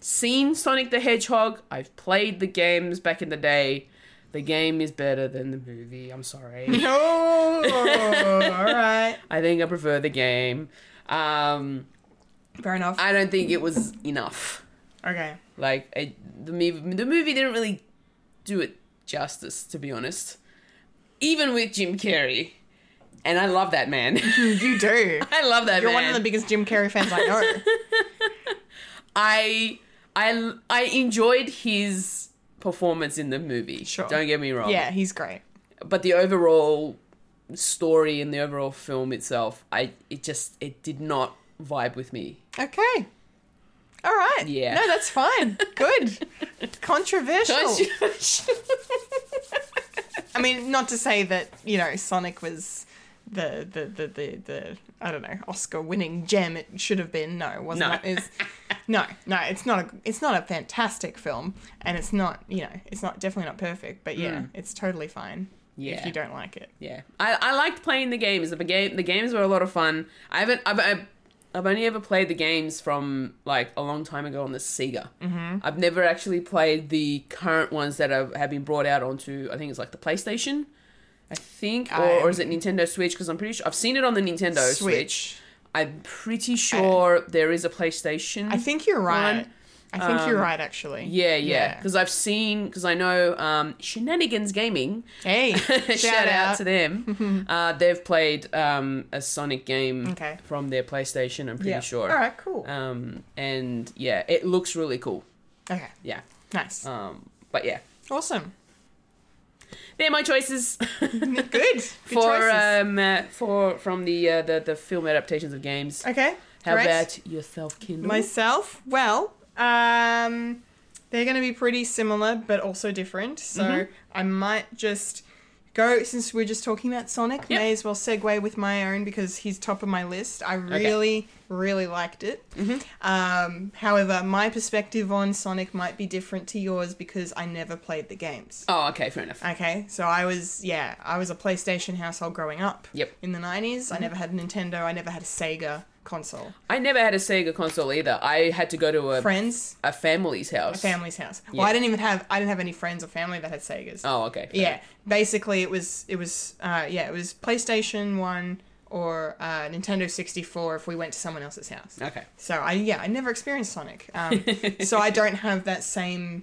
[SPEAKER 2] seen Sonic the Hedgehog. I've played the games back in the day. The game is better than the movie. I'm sorry.
[SPEAKER 1] No. <laughs> All right.
[SPEAKER 2] I think I prefer the game. Um,
[SPEAKER 1] Fair enough.
[SPEAKER 2] I don't think it was enough.
[SPEAKER 1] okay.
[SPEAKER 2] Like it, the movie, the movie didn't really do it justice, to be honest. Even with Jim Carrey, And I love that man. <laughs>
[SPEAKER 1] You do.
[SPEAKER 2] I love that
[SPEAKER 1] You're
[SPEAKER 2] man.
[SPEAKER 1] one of the biggest Jim Carrey fans I <laughs> know.
[SPEAKER 2] I I I enjoyed his performance in the movie.
[SPEAKER 1] Sure.
[SPEAKER 2] Don't get me wrong.
[SPEAKER 1] yeah, he's great.
[SPEAKER 2] But the overall story and the overall film itself, I it just it did not vibe with me.
[SPEAKER 1] Okay. All right.
[SPEAKER 2] Yeah.
[SPEAKER 1] No, that's
[SPEAKER 2] <laughs>
[SPEAKER 1] fine. <laughs> Good. Controversial. I mean, not to say that you know Sonic was the the the the, the I don't know Oscar winning gem. It should have been no, it wasn't
[SPEAKER 2] No.
[SPEAKER 1] that is no no. It's not a it's not a fantastic film, and it's not you know it's not definitely not perfect. But yeah, it's totally fine. If
[SPEAKER 2] Mm. Yeah.
[SPEAKER 1] you don't like it,
[SPEAKER 2] yeah. I, I liked playing the games. The game the games were a lot of fun. I haven't I've, I've I've only ever played the games from like a long time ago on the Sega. Mm-hmm. I've never actually played the current ones that have, have been brought out onto. I think it's like the PlayStation, I think, or, or is it Nintendo Switch? Because I'm pretty sure I've seen it on the Nintendo Switch.
[SPEAKER 1] Switch.
[SPEAKER 2] I'm pretty sure there is a PlayStation.
[SPEAKER 1] I think you're right.
[SPEAKER 2] One.
[SPEAKER 1] I think you're right actually.
[SPEAKER 2] Um, Yeah, yeah. Because I've seen, because I know um, Shenanigans Gaming.
[SPEAKER 1] Hey,
[SPEAKER 2] <laughs> shout, out.
[SPEAKER 1] <laughs>
[SPEAKER 2] to them. uh, they've played um, a Sonic game
[SPEAKER 1] Okay.
[SPEAKER 2] from their PlayStation. I'm pretty
[SPEAKER 1] Yeah.
[SPEAKER 2] sure.
[SPEAKER 1] All right, cool.
[SPEAKER 2] Um, and yeah, it looks really cool.
[SPEAKER 1] okay,
[SPEAKER 2] Yeah.
[SPEAKER 1] nice,
[SPEAKER 2] Um, but yeah,
[SPEAKER 1] awesome,
[SPEAKER 2] they're my choices <laughs>
[SPEAKER 1] good. good
[SPEAKER 2] for
[SPEAKER 1] choices.
[SPEAKER 2] um, uh, for from the, uh, the the film adaptations of games.
[SPEAKER 1] okay.
[SPEAKER 2] How
[SPEAKER 1] great.
[SPEAKER 2] about yourself, Kindle?
[SPEAKER 1] Myself, well, um, they're going to be pretty similar, but also different. So
[SPEAKER 2] Mm-hmm.
[SPEAKER 1] I might just go since we're just talking about Sonic.
[SPEAKER 2] Yep.
[SPEAKER 1] May as well segue with my own because he's top of my list. I really, really liked it.
[SPEAKER 2] Mm-hmm.
[SPEAKER 1] Um, however, my perspective on Sonic might be different to yours because I never played the games.
[SPEAKER 2] oh, okay, fair enough.
[SPEAKER 1] Okay, so I was yeah, I was a PlayStation household growing up.
[SPEAKER 2] Yep. Mm-hmm.
[SPEAKER 1] In the 90s, I never had a Nintendo. I never had a Sega console.
[SPEAKER 2] I never had a Sega console either. I had to go to a
[SPEAKER 1] Friends,
[SPEAKER 2] a family's house.
[SPEAKER 1] family's house. Well, I didn't even have I didn't have any friends or family that had Segas.
[SPEAKER 2] Oh, okay. fair
[SPEAKER 1] Yeah, basically it was it was uh, yeah it was PlayStation One or uh, Nintendo sixty four if we went to someone else's house.
[SPEAKER 2] enough. Okay. <laughs>
[SPEAKER 1] So I yeah I never experienced Sonic, um, so I don't have that same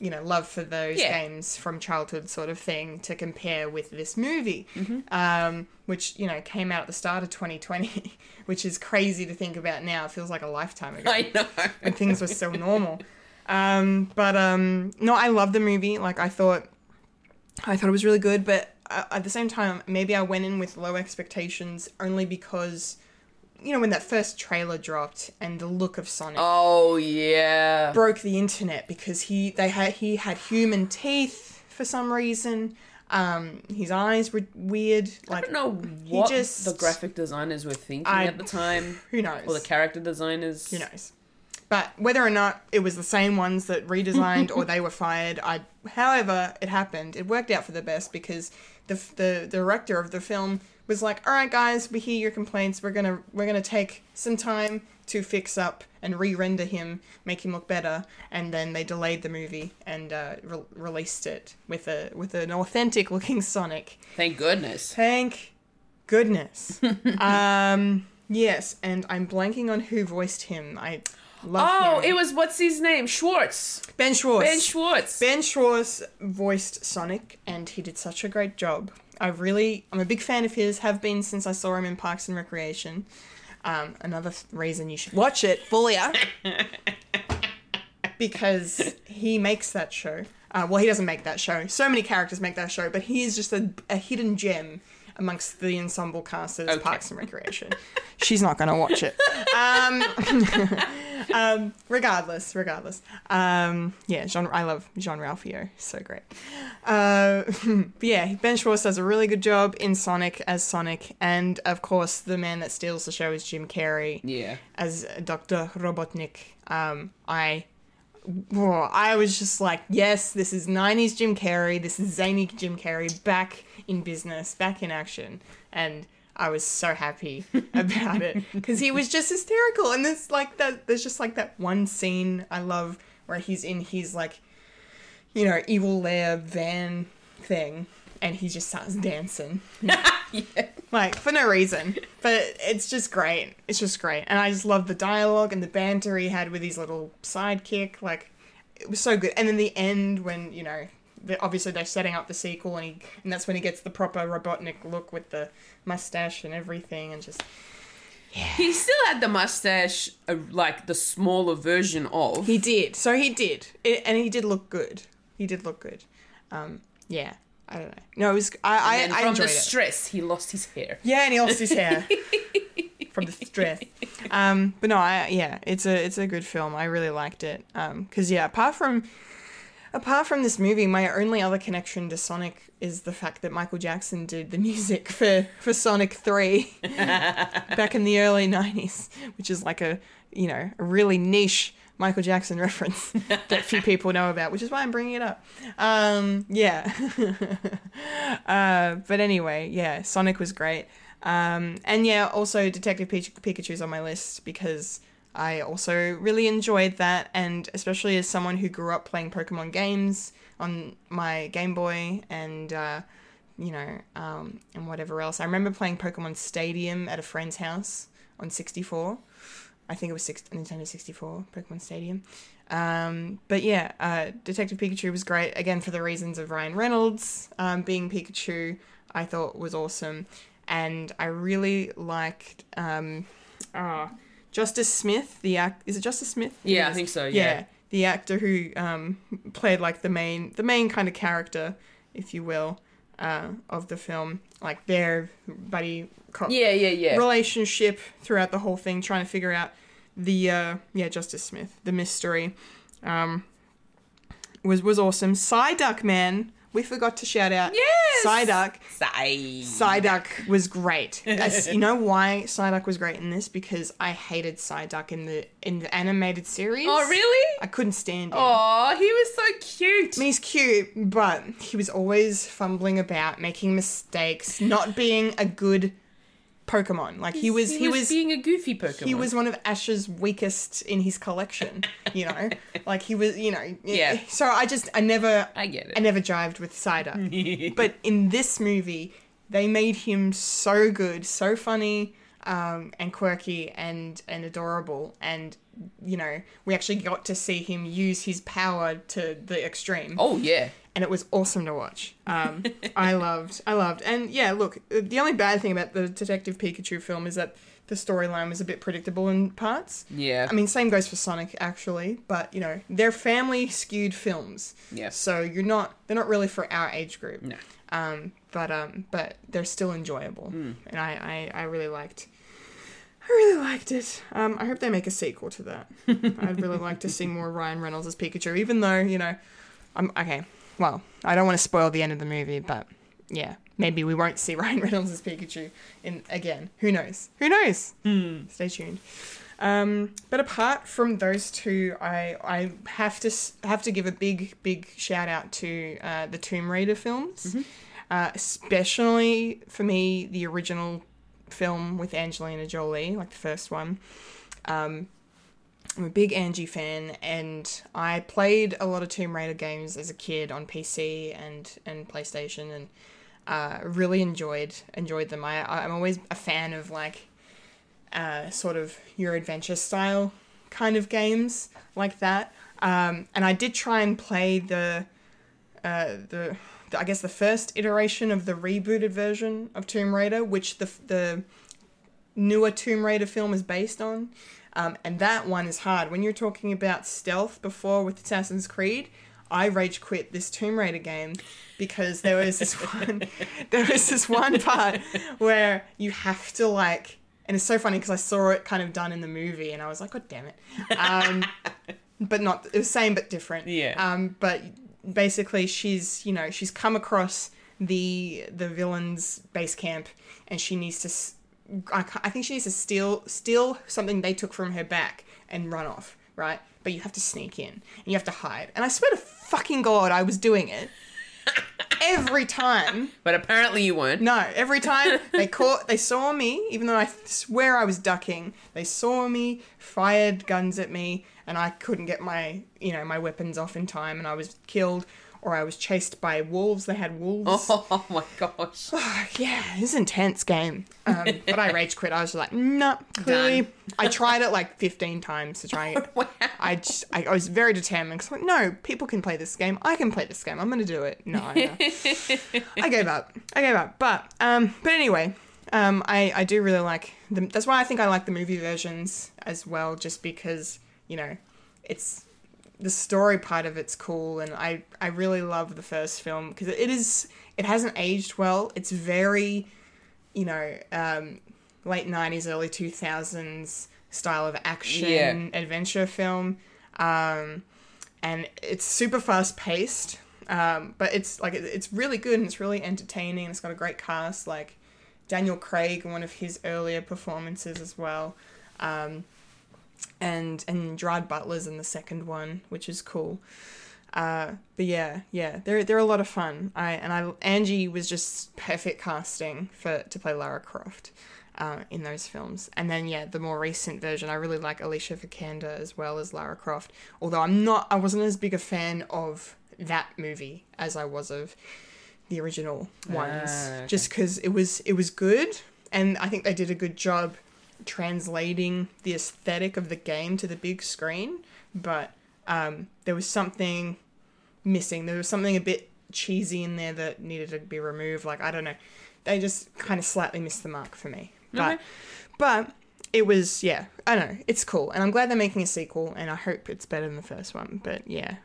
[SPEAKER 1] you know love for those
[SPEAKER 2] Yeah.
[SPEAKER 1] games from childhood sort of thing to compare with this movie,
[SPEAKER 2] Mm-hmm.
[SPEAKER 1] um, which you know came out at the start of twenty twenty, <laughs> which is crazy to think about now. It feels like a lifetime ago
[SPEAKER 2] I know.
[SPEAKER 1] when things were so normal. Um, but um, no, I love the movie. Like I thought, I thought it was really good. But uh, at the same time, maybe I went in with low expectations only because, you know, when that first trailer dropped and the look of Sonic
[SPEAKER 2] Oh yeah.
[SPEAKER 1] broke the internet because he they had he had human teeth for some reason. Um, his eyes were weird.
[SPEAKER 2] I
[SPEAKER 1] Like
[SPEAKER 2] don't know what
[SPEAKER 1] just-
[SPEAKER 2] the graphic designers were thinking
[SPEAKER 1] I-
[SPEAKER 2] at the time,
[SPEAKER 1] who knows?
[SPEAKER 2] or the character designers.
[SPEAKER 1] Who knows? But whether or not it was the same ones that redesigned or they were fired, I, however it happened, it worked out for the best because the, f- the director of the film was like, "All right, guys, we hear your complaints. We're gonna we're gonna take some time to fix up and re-render him, make him look better." And then they delayed the movie and uh, re- released it with a with an authentic looking <laughs> Sonic.
[SPEAKER 2] Thank goodness.
[SPEAKER 1] Thank
[SPEAKER 2] <laughs>
[SPEAKER 1] goodness. um, yes, and I'm blanking on who voiced him. I love
[SPEAKER 2] Oh,
[SPEAKER 1] him.
[SPEAKER 2] it was what's his name? Schwartz.
[SPEAKER 1] Ben Schwartz.
[SPEAKER 2] Ben Schwartz.
[SPEAKER 1] Ben Schwartz voiced Sonic, and he did such a great job. I really, I'm a big fan of his. Have been since I saw him in Parks and Recreation. Um, another th- reason you should watch it, Fulia, because he makes that show. Uh, well, he doesn't make that show. So many characters make that show, but he is just a, a hidden gem amongst the ensemble cast of Parks and Recreation. She's not going to watch it. Um, um, <laughs> regardless, regardless. Um, yeah, Jean, I love Jean Ralphio. So great. Uh, <laughs> but yeah, Ben Schwartz does a really good job in Sonic as Sonic. And of course, the man that steals the show is Jim Carrey
[SPEAKER 2] Yeah.
[SPEAKER 1] as Dr. Robotnik. Um, I. whoa, I was just like, yes, this is 90s Jim Carrey. This is zany Jim Carrey back in business, back in action. And I was so happy about it because he was just hysterical. And there's like that, there's just like that one scene I love where he's in his like, you know, evil lair van thing and he just starts dancing
[SPEAKER 2] yeah.
[SPEAKER 1] like for no reason but it's just great it's just great and i just love the dialogue and the banter he had with his little sidekick like it was so good and then the end when you know they- obviously they're setting up the sequel, and he, and that's when he gets the proper Robotnik look with the mustache and everything, and just
[SPEAKER 2] He still had the mustache, uh, like the smaller version of.
[SPEAKER 1] he did. So he did, it, and he did look good. He did look good. Um, yeah, I don't know. No, it was I
[SPEAKER 2] and
[SPEAKER 1] I, I
[SPEAKER 2] from
[SPEAKER 1] enjoyed
[SPEAKER 2] the
[SPEAKER 1] it.
[SPEAKER 2] stress, he lost his hair.
[SPEAKER 1] Yeah, and he lost his hair from the stress. Um, but no, I, yeah, it's a it's a good film. I really liked it. Um 'cause cause yeah, apart from apart from this movie, my only other connection to Sonic is the fact that Michael Jackson did the <laughs> music for for Sonic Three back in the early '90s, which is like a you know a really niche Michael Jackson reference that few people know about, which is why I'm bringing it up. Um, yeah. <laughs> uh, but anyway, yeah, Sonic was great. Um, and yeah, also Detective Pikachu Pikachu's on my list because I also really enjoyed that, and especially as someone who grew up playing Pokemon games on my Game Boy and uh, you know um, and whatever else. I remember playing Pokemon Stadium at a friend's house on 64. I think it was six, Nintendo 64 Pokemon Stadium. Um, but yeah, uh, Detective Pikachu was great again for the reasons of Ryan Reynolds um, being Pikachu. I thought was awesome, and I really liked um, uh, Justice Smith. The act is it Justice Smith?
[SPEAKER 2] Yeah, I
[SPEAKER 1] Yes.
[SPEAKER 2] think so.
[SPEAKER 1] yeah.
[SPEAKER 2] Yeah.
[SPEAKER 1] the actor who um, played like the main the main kind of character, if you will, uh, of the film, like their buddy cop
[SPEAKER 2] Yeah, yeah, yeah.
[SPEAKER 1] relationship throughout the whole thing, trying to figure out the uh, yeah Justice Smith, the mystery, um, was was awesome. Psyduck man, we forgot to shout out.
[SPEAKER 2] Yes!
[SPEAKER 1] Psyduck.
[SPEAKER 2] Sigh.
[SPEAKER 1] Psyduck was great. That's- you know why Psyduck was great in this? Because I hated Psyduck in the in the animated series.
[SPEAKER 2] Oh, really?
[SPEAKER 1] I couldn't stand him.
[SPEAKER 2] Oh, he was so cute.
[SPEAKER 1] I mean, he's cute, but he was always fumbling about, making mistakes,
[SPEAKER 2] <laughs>
[SPEAKER 1] not being a good Pokemon. Like he was, he was,
[SPEAKER 2] being a goofy Pokemon.
[SPEAKER 1] he was one of Ash's weakest in his collection. You
[SPEAKER 2] <laughs>
[SPEAKER 1] know, like he was, you know, eh,
[SPEAKER 2] Yeah.
[SPEAKER 1] So I just, I never,
[SPEAKER 2] I get it.
[SPEAKER 1] I never jived with Psyduck. but in this movie, they made him so good, so funny, um, and quirky and and adorable. And you know, we actually got to see him use his power to the extreme
[SPEAKER 2] <laughs> oh yeah.
[SPEAKER 1] and it was awesome to watch. Um, I loved, I loved, and yeah, look, uh, the only bad thing about the Detective Pikachu film is that the storyline was a bit predictable in parts.
[SPEAKER 2] Yeah.
[SPEAKER 1] I mean, same goes for Sonic actually, but you know, they're family skewed films.
[SPEAKER 2] Yeah.
[SPEAKER 1] So you're not, they're not really for our age group.
[SPEAKER 2] No.
[SPEAKER 1] Um, but um, but they're still enjoyable,
[SPEAKER 2] Hmm.
[SPEAKER 1] and I, I I really liked. I really liked it. Um, I hope they make a sequel to
[SPEAKER 2] <laughs>
[SPEAKER 1] that. I'd really like to see more Ryan Reynolds as Pikachu, even though you know, I'm okay. Well, I don't want to spoil the end of the movie, but yeah, maybe we won't see <laughs> Ryan Reynolds as Pikachu in again. Who knows? Who knows?
[SPEAKER 2] Hmm.
[SPEAKER 1] Stay tuned. Um, but apart from those two, I I have to s- have to give a big big shout out to uh, the Tomb Raider films, uh, especially for me the original film with Angelina Jolie, like the first one. Um, I'm a big Angie fan, and I played a lot of Tomb Raider games as a kid on PC and and PlayStation, and uh, really enjoyed enjoyed them. I I'm always a fan of like uh, sort of your adventure style kind of games like that. Um, and I did try and play the, uh, the, the, I guess the first iteration of the rebooted version of Tomb Raider, which the the newer Tomb Raider film is based on. Um, and that one is hard. When you're talking about stealth before with Assassin's Creed, I rage quit this Tomb Raider game because there was this one there was this one part where you have to like and it's so funny because I saw it kind of done in the movie and I was like, God damn it. Um, but not it was same but different.
[SPEAKER 2] Yeah.
[SPEAKER 1] Um, but basically she's you know, she's come across the the villain's base camp and she needs to s- I, ca- I think she needs to steal steal something they took from her back and run off, right? But you have to sneak in and you have to hide. And I swear to fucking god, I was doing it every time.
[SPEAKER 2] But apparently you weren't.
[SPEAKER 1] No, every time they caught, they saw me. Even though I swear I was ducking, they saw me, fired guns at me, and I couldn't get my you know my weapons off in time, and I was killed, or I was chased by wolves. They had wolves.
[SPEAKER 2] <laughs> Oh my gosh.
[SPEAKER 1] Yeah, this is an intense game.
[SPEAKER 2] <laughs>
[SPEAKER 1] Um, but I rage quit. I was like, no, clearly.
[SPEAKER 2] Done.
[SPEAKER 1] I tried it like 15 times to
[SPEAKER 2] <laughs>
[SPEAKER 1] try it.
[SPEAKER 2] Wow.
[SPEAKER 1] I, just, I, I was very determined. 'cause I'm like, no, people can play this game. I can play this game. I'm going to do it. No, no. I gave up. I gave up. But um, but anyway, um, I I do really like them. That's why I think I like the movie versions as well, just because you know, it's the story part of it's cool, and I I really love the first film because it is it hasn't aged well. It's very, you know, um, late '90s, early 2000s style of action adventure film Um, and it's super fast paced. Um, but it's like it- it's really good and it's really entertaining. It's got a great cast, like Daniel Craig in one of his earlier performances as well, um, and and Gerard Butler's in the second one, which is cool. Uh, but yeah, yeah, they're they're a lot of fun. I and I Angie was just perfect casting for to play Lara Croft uh, in those films. And then yeah, the more recent version, I really like Alicia Vikander as well as Lara Croft. Although I'm not, I wasn't as big a fan of that movie as I was of the original ones,
[SPEAKER 2] Ah, okay.
[SPEAKER 1] just because it was it was good, and I think they did a good job translating the aesthetic of the game to the big screen, but um, there was something missing. There was something a bit cheesy in there that needed to be removed. Like I don't know, they just kind of slightly missed the mark for me. But
[SPEAKER 2] Okay.
[SPEAKER 1] but it was yeah. I don't know. It's cool, and I'm glad they're making a sequel, and I hope it's better than the first one. But yeah.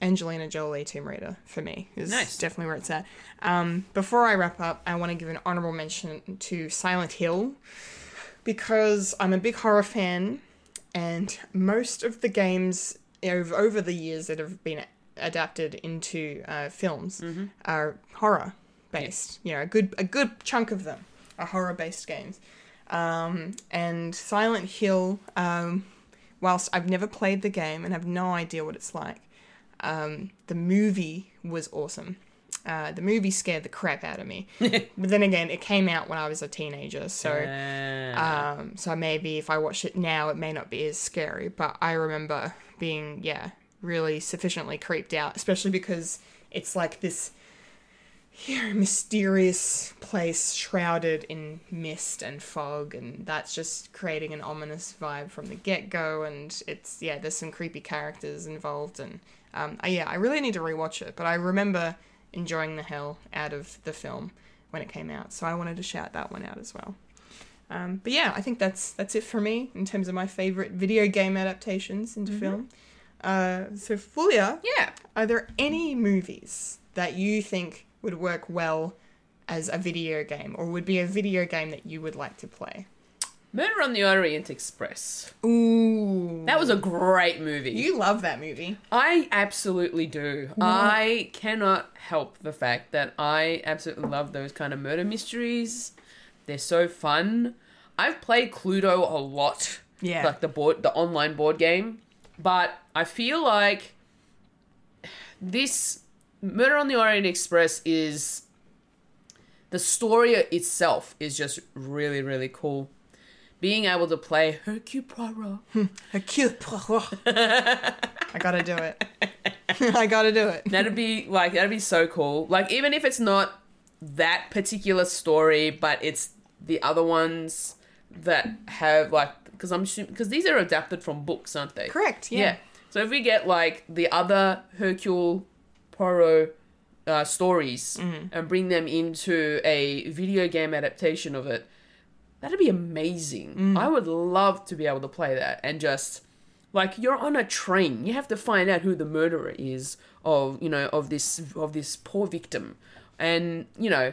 [SPEAKER 1] Angelina Jolie Tomb Raider for me is
[SPEAKER 2] Nice.
[SPEAKER 1] definitely where it's at. Um, before I wrap up, I want to give an honorable mention to Silent Hill because I'm a big horror fan, and most of the games ov- over the years that have been adapted into uh, films are horror based. You know, a good a good chunk of them are horror based games. Um, and Silent Hill, um, whilst I've never played the game and have no idea what it's like, um, the movie was awesome. Uh, the movie scared the crap out of me. but then again, it came out when I was a teenager, so.
[SPEAKER 2] Ah.
[SPEAKER 1] Um, so maybe if I watch it now, it may not be as scary, but I remember being, yeah, really sufficiently creeped out, especially because it's like this you know, mysterious place shrouded in mist and fog, and that's just creating an ominous vibe from the get go. And it's, yeah, there's some creepy characters involved, and um, I, yeah, I really need to rewatch it, but I remember enjoying the hell out of the film when it came out, so I wanted to shout that one out as well. Um, but yeah, I think that's that's it for me in terms of my favorite video game adaptations into film. Uh, so Fulia,
[SPEAKER 2] yeah.
[SPEAKER 1] are there any movies that you think would work well as a video game, or would be a video game that you would like to play?
[SPEAKER 2] Murder on the Orient Express.
[SPEAKER 1] Ooh,
[SPEAKER 2] That was a great movie.
[SPEAKER 1] you love that movie.
[SPEAKER 2] I absolutely do. I cannot help the fact that I absolutely love those kind of murder mysteries. They're so fun. I've played Cluedo a lot.
[SPEAKER 1] Yeah.
[SPEAKER 2] Like the board the online board game. But I feel like this Murder on the Orient Express is the story itself is just really, really cool. Being able to play Hercule Poirot
[SPEAKER 1] Hercule Poirot. I gotta do it. <laughs> I gotta do it.
[SPEAKER 2] That'd be like that'd be so cool. Like even if it's not that particular story, but it's the other ones that have like because I'm because these are adapted from books, aren't they?
[SPEAKER 1] Correct.
[SPEAKER 2] Yeah.
[SPEAKER 1] Yeah.
[SPEAKER 2] So if we get like the other Hercule Poirot uh, stories and bring them into a video game adaptation of it, that'd be amazing. I would love to be able to play that and just like you're on a train, you have to find out who the murderer is of you know of this of this poor victim, and you know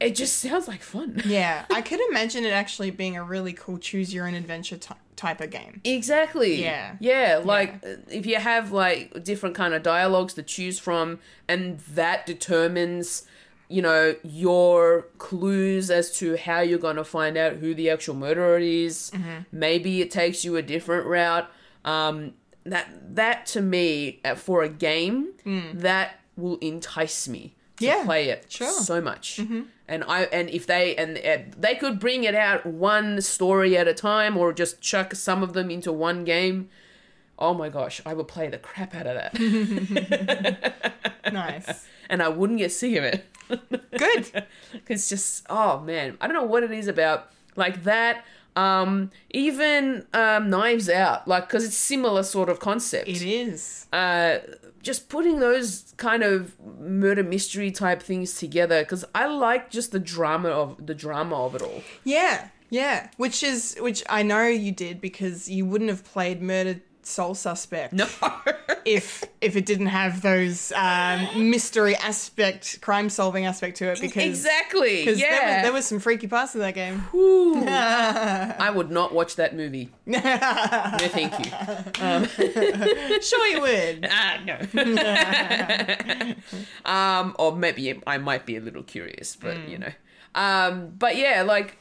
[SPEAKER 2] it just sounds like fun. <laughs>
[SPEAKER 1] Yeah, I could imagine it actually being a really cool choose your own adventure ty type of game.
[SPEAKER 2] Exactly.
[SPEAKER 1] Yeah.
[SPEAKER 2] Yeah. Like uh, if you have like different kind of dialogues to choose from, and that determines, you know, your clues as to how you're gonna find out who the actual murderer is.
[SPEAKER 1] Mm-hmm.
[SPEAKER 2] Maybe it takes you a different route. Um, that that to me uh, for a game that will entice me to
[SPEAKER 1] Mm. Yeah,
[SPEAKER 2] play it
[SPEAKER 1] sure. Mm-hmm.
[SPEAKER 2] so much. And I and if they and uh, they could bring it out one story at a time or just chuck some of them into one game. Oh my gosh, I would play the crap out of
[SPEAKER 1] <laughs>
[SPEAKER 2] that.
[SPEAKER 1] Nice.
[SPEAKER 2] and I wouldn't get sick of it.
[SPEAKER 1] Good.
[SPEAKER 2] It's just oh man, I don't know what it is about like that. Um, even um, Knives Out, like because it's similar sort of concept.
[SPEAKER 1] It is.
[SPEAKER 2] Uh, just putting those kind of murder mystery type things together because I like just the drama of the drama of it all.
[SPEAKER 1] Yeah, yeah. Which is which I know you did because you wouldn't have played Murdered Soul Suspect if if it didn't have those um, mystery aspect, crime solving aspect to it. Because
[SPEAKER 2] exactly. Yeah,
[SPEAKER 1] 'cause there, were- there was some freaky parts in that game.
[SPEAKER 2] Ooh. I would not watch that movie. no, thank
[SPEAKER 1] <laughs>
[SPEAKER 2] you.
[SPEAKER 1] sure you
[SPEAKER 2] <laughs>
[SPEAKER 1] would.
[SPEAKER 2] Ah, no. um, or maybe I might be a little curious, but you know. Um, but yeah, like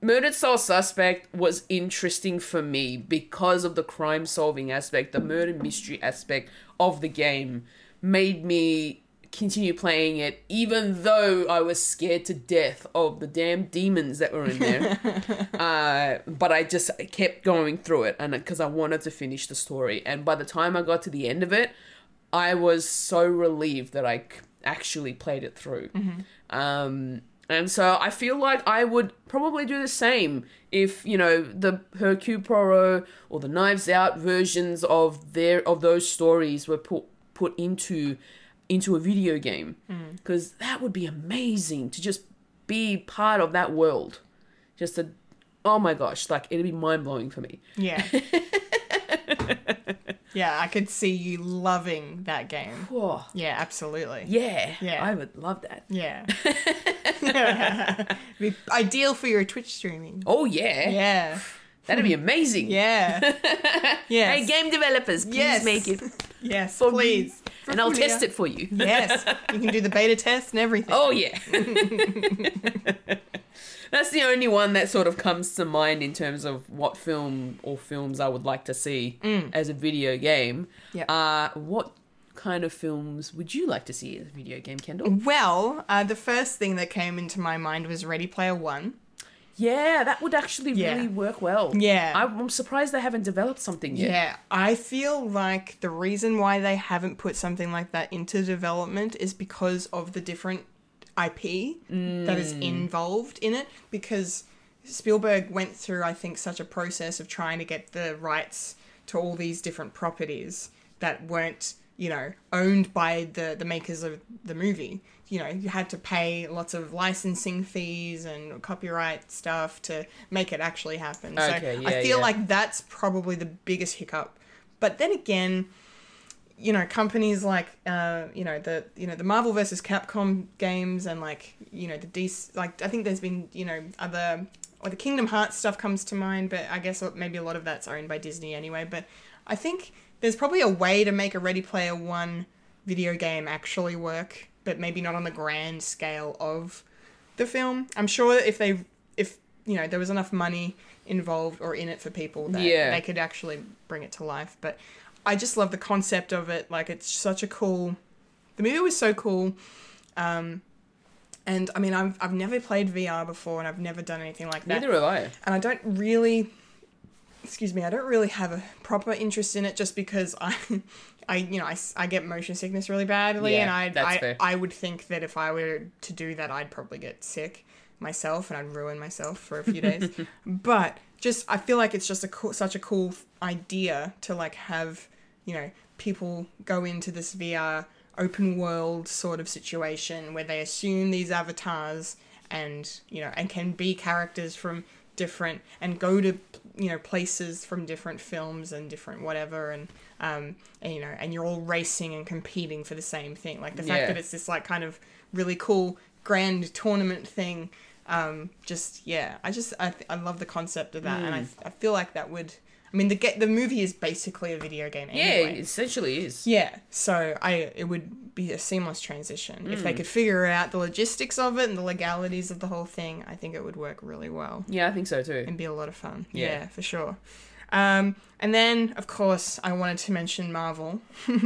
[SPEAKER 2] Murdered Soul Suspect was interesting for me because of the crime solving aspect, the murder mystery aspect of the game made me continue playing it even though I was scared to death of the damn demons that were in there. uh, but I just kept going through it and because I wanted to finish the story. And by the time I got to the end of it, I was so relieved that I c- actually played it through. Um, and so I feel like I would probably do the same if you know the Hercule Poirot or the Knives Out versions of their of those stories were put put into into a video game because that would be amazing to just be part of that world. Just a oh my gosh, like it'd be mind blowing for me. <laughs>
[SPEAKER 1] Yeah. yeah, I could see you loving that game.
[SPEAKER 2] Whoa.
[SPEAKER 1] Yeah, absolutely.
[SPEAKER 2] Yeah,
[SPEAKER 1] Yeah.
[SPEAKER 2] I would love that. <laughs>
[SPEAKER 1] Yeah. <laughs> Be ideal for your Twitch streaming.
[SPEAKER 2] Oh yeah,
[SPEAKER 1] Yeah.
[SPEAKER 2] that'd
[SPEAKER 1] <laughs>
[SPEAKER 2] be amazing.
[SPEAKER 1] Yeah. Yes.
[SPEAKER 2] <laughs> Hey, game developers, please
[SPEAKER 1] Yes. <laughs>
[SPEAKER 2] make it
[SPEAKER 1] Yes,
[SPEAKER 2] for
[SPEAKER 1] please.
[SPEAKER 2] me, and I'll test it <laughs> for you.
[SPEAKER 1] Yes, you can do the beta test and everything.
[SPEAKER 2] Oh yeah. <laughs> That's the only one that sort of comes to mind in terms of what film or films I would like to see
[SPEAKER 1] Mm.
[SPEAKER 2] as a video game.
[SPEAKER 1] Yep.
[SPEAKER 2] Uh, what kind of films would you like to see as a video game, Kendall?
[SPEAKER 1] Well, uh, the first thing that came into my mind was Ready Player One.
[SPEAKER 2] Yeah, that would actually
[SPEAKER 1] Yeah.
[SPEAKER 2] really work well.
[SPEAKER 1] Yeah.
[SPEAKER 2] I- I'm surprised they haven't developed something
[SPEAKER 1] Yeah.
[SPEAKER 2] yet.
[SPEAKER 1] I feel like the reason why they haven't put something like that into development is because of the different IP that is involved in it. Because Spielberg went through, I think, such a process of trying to get the rights to all these different properties that weren't, you know, owned by the, the makers of the movie. You know, you had to pay lots of licensing fees and copyright stuff to make it actually happen.
[SPEAKER 2] Okay,
[SPEAKER 1] so
[SPEAKER 2] yeah,
[SPEAKER 1] I feel
[SPEAKER 2] yeah.
[SPEAKER 1] like like that's probably the biggest hiccup. But then again, you know, companies like uh, you know the you know the Marvel versus Capcom games and like you know the DC like I think there's been you know other or the Kingdom Hearts stuff comes to mind, but I guess maybe a lot of that's owned by Disney anyway. But I think there's probably a way to make a Ready Player One video game actually work, but maybe not on the grand scale of the film. I'm sure if they if you know there was enough money involved or in it for people that
[SPEAKER 2] Yeah.
[SPEAKER 1] they could actually bring it to life. But I just love the concept of it. Like it's such a cool. The movie was so cool. Um, and I mean, I've, I've never played VR before and I've never done anything like that
[SPEAKER 2] Neither have I.
[SPEAKER 1] and I don't really excuse me I don't really have a proper interest in it just because I <laughs> I you know I, s- I get motion sickness really badly
[SPEAKER 2] Yeah,
[SPEAKER 1] and I
[SPEAKER 2] that's
[SPEAKER 1] I,
[SPEAKER 2] fair.
[SPEAKER 1] I would think that if I were to do that I'd probably get sick myself and I'd ruin myself for a few
[SPEAKER 2] <laughs>
[SPEAKER 1] days but just I feel like it's just a cool, such a cool idea to like have you know people go into this VR open world sort of situation where they assume these avatars and you know and can be characters from different and go to you know places from different films and different whatever and um and, you know and you're all racing and competing for the same thing like the
[SPEAKER 2] Yeah.
[SPEAKER 1] fact that it's this like kind of really cool grand tournament thing um just yeah i just i, th- I love the concept of that
[SPEAKER 2] Mm.
[SPEAKER 1] and I, I feel like that would i mean the get the movie is basically a video game
[SPEAKER 2] Yeah,
[SPEAKER 1] anyway
[SPEAKER 2] it essentially is.
[SPEAKER 1] yeah, so I it would be a seamless transition if they
[SPEAKER 2] Mm.
[SPEAKER 1] could figure out the logistics of it and the legalities of the whole thing. I think it would work really well
[SPEAKER 2] Yeah, I think so too.
[SPEAKER 1] and be a lot of fun.
[SPEAKER 2] Yeah.
[SPEAKER 1] Yeah, for sure. Um, and then, of course, I wanted to mention Marvel,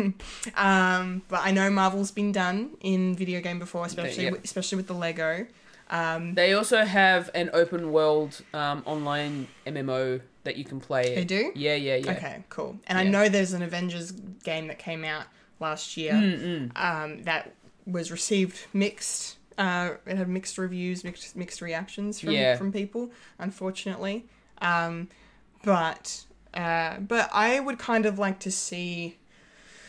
[SPEAKER 1] <laughs> um, but I know Marvel's been done in video game before, especially
[SPEAKER 2] yeah.
[SPEAKER 1] with, especially with the Lego. Um,
[SPEAKER 2] They also have an open world um, online MMO that you can play.
[SPEAKER 1] They do?
[SPEAKER 2] Yeah, yeah, yeah.
[SPEAKER 1] Okay, cool. And I
[SPEAKER 2] Yeah.
[SPEAKER 1] know there's an Avengers game that came out last year
[SPEAKER 2] Hmm. Mm.
[SPEAKER 1] um, that was received mixed. Uh, it had mixed reviews, mixed mixed reactions from,
[SPEAKER 2] Yeah.
[SPEAKER 1] from people, unfortunately. Um, but uh, but I would kind of like to see, <sighs>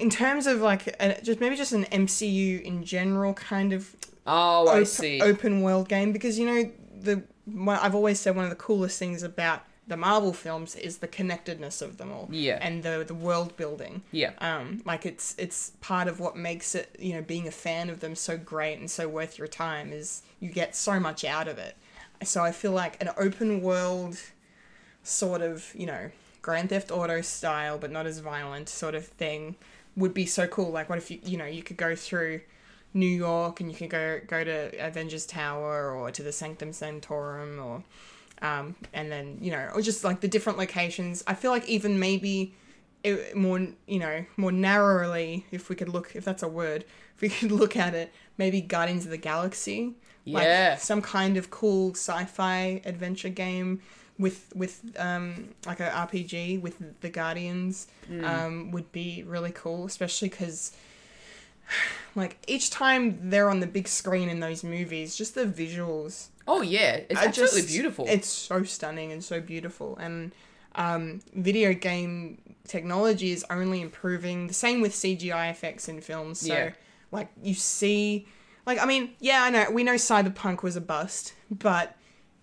[SPEAKER 1] in terms of like a, just maybe just an MCU in general kind of
[SPEAKER 2] Oh, I
[SPEAKER 1] op-
[SPEAKER 2] see.
[SPEAKER 1] open world game because you know the one, I've always said one of the coolest things about the Marvel films is the connectedness of them all.
[SPEAKER 2] Yeah.
[SPEAKER 1] And the the world building.
[SPEAKER 2] Yeah.
[SPEAKER 1] Um like it's it's part of what makes it, you know, being a fan of them so great and so worth your time is you get so much out of it. So I feel like an open world sort of, you know, Grand Theft Auto style, but not as violent sort of thing would be so cool. Like, what if you, you know, you could go through New York and you could go go to Avengers Tower or to the Sanctum Sanctorum or, um, and then you know, or just like the different locations. I feel like even maybe it, more, you know, more narrowly, if we could look, if that's a word, if we <laughs> could look at it, maybe Guardians of the Galaxy
[SPEAKER 2] Yeah.
[SPEAKER 1] like some kind of cool sci-fi adventure game with with um like a RPG with the Guardians um would be really cool, especially because <sighs> like each time they're on the big screen in those movies, just the visuals
[SPEAKER 2] oh, yeah. It's
[SPEAKER 1] I
[SPEAKER 2] absolutely
[SPEAKER 1] just-
[SPEAKER 2] beautiful.
[SPEAKER 1] It's so stunning and so beautiful. And um, video game technology is only improving. The same with CGI effects in films. So,
[SPEAKER 2] Yeah.
[SPEAKER 1] like, you see, like, I mean, yeah, I know we know Cyberpunk was a bust, but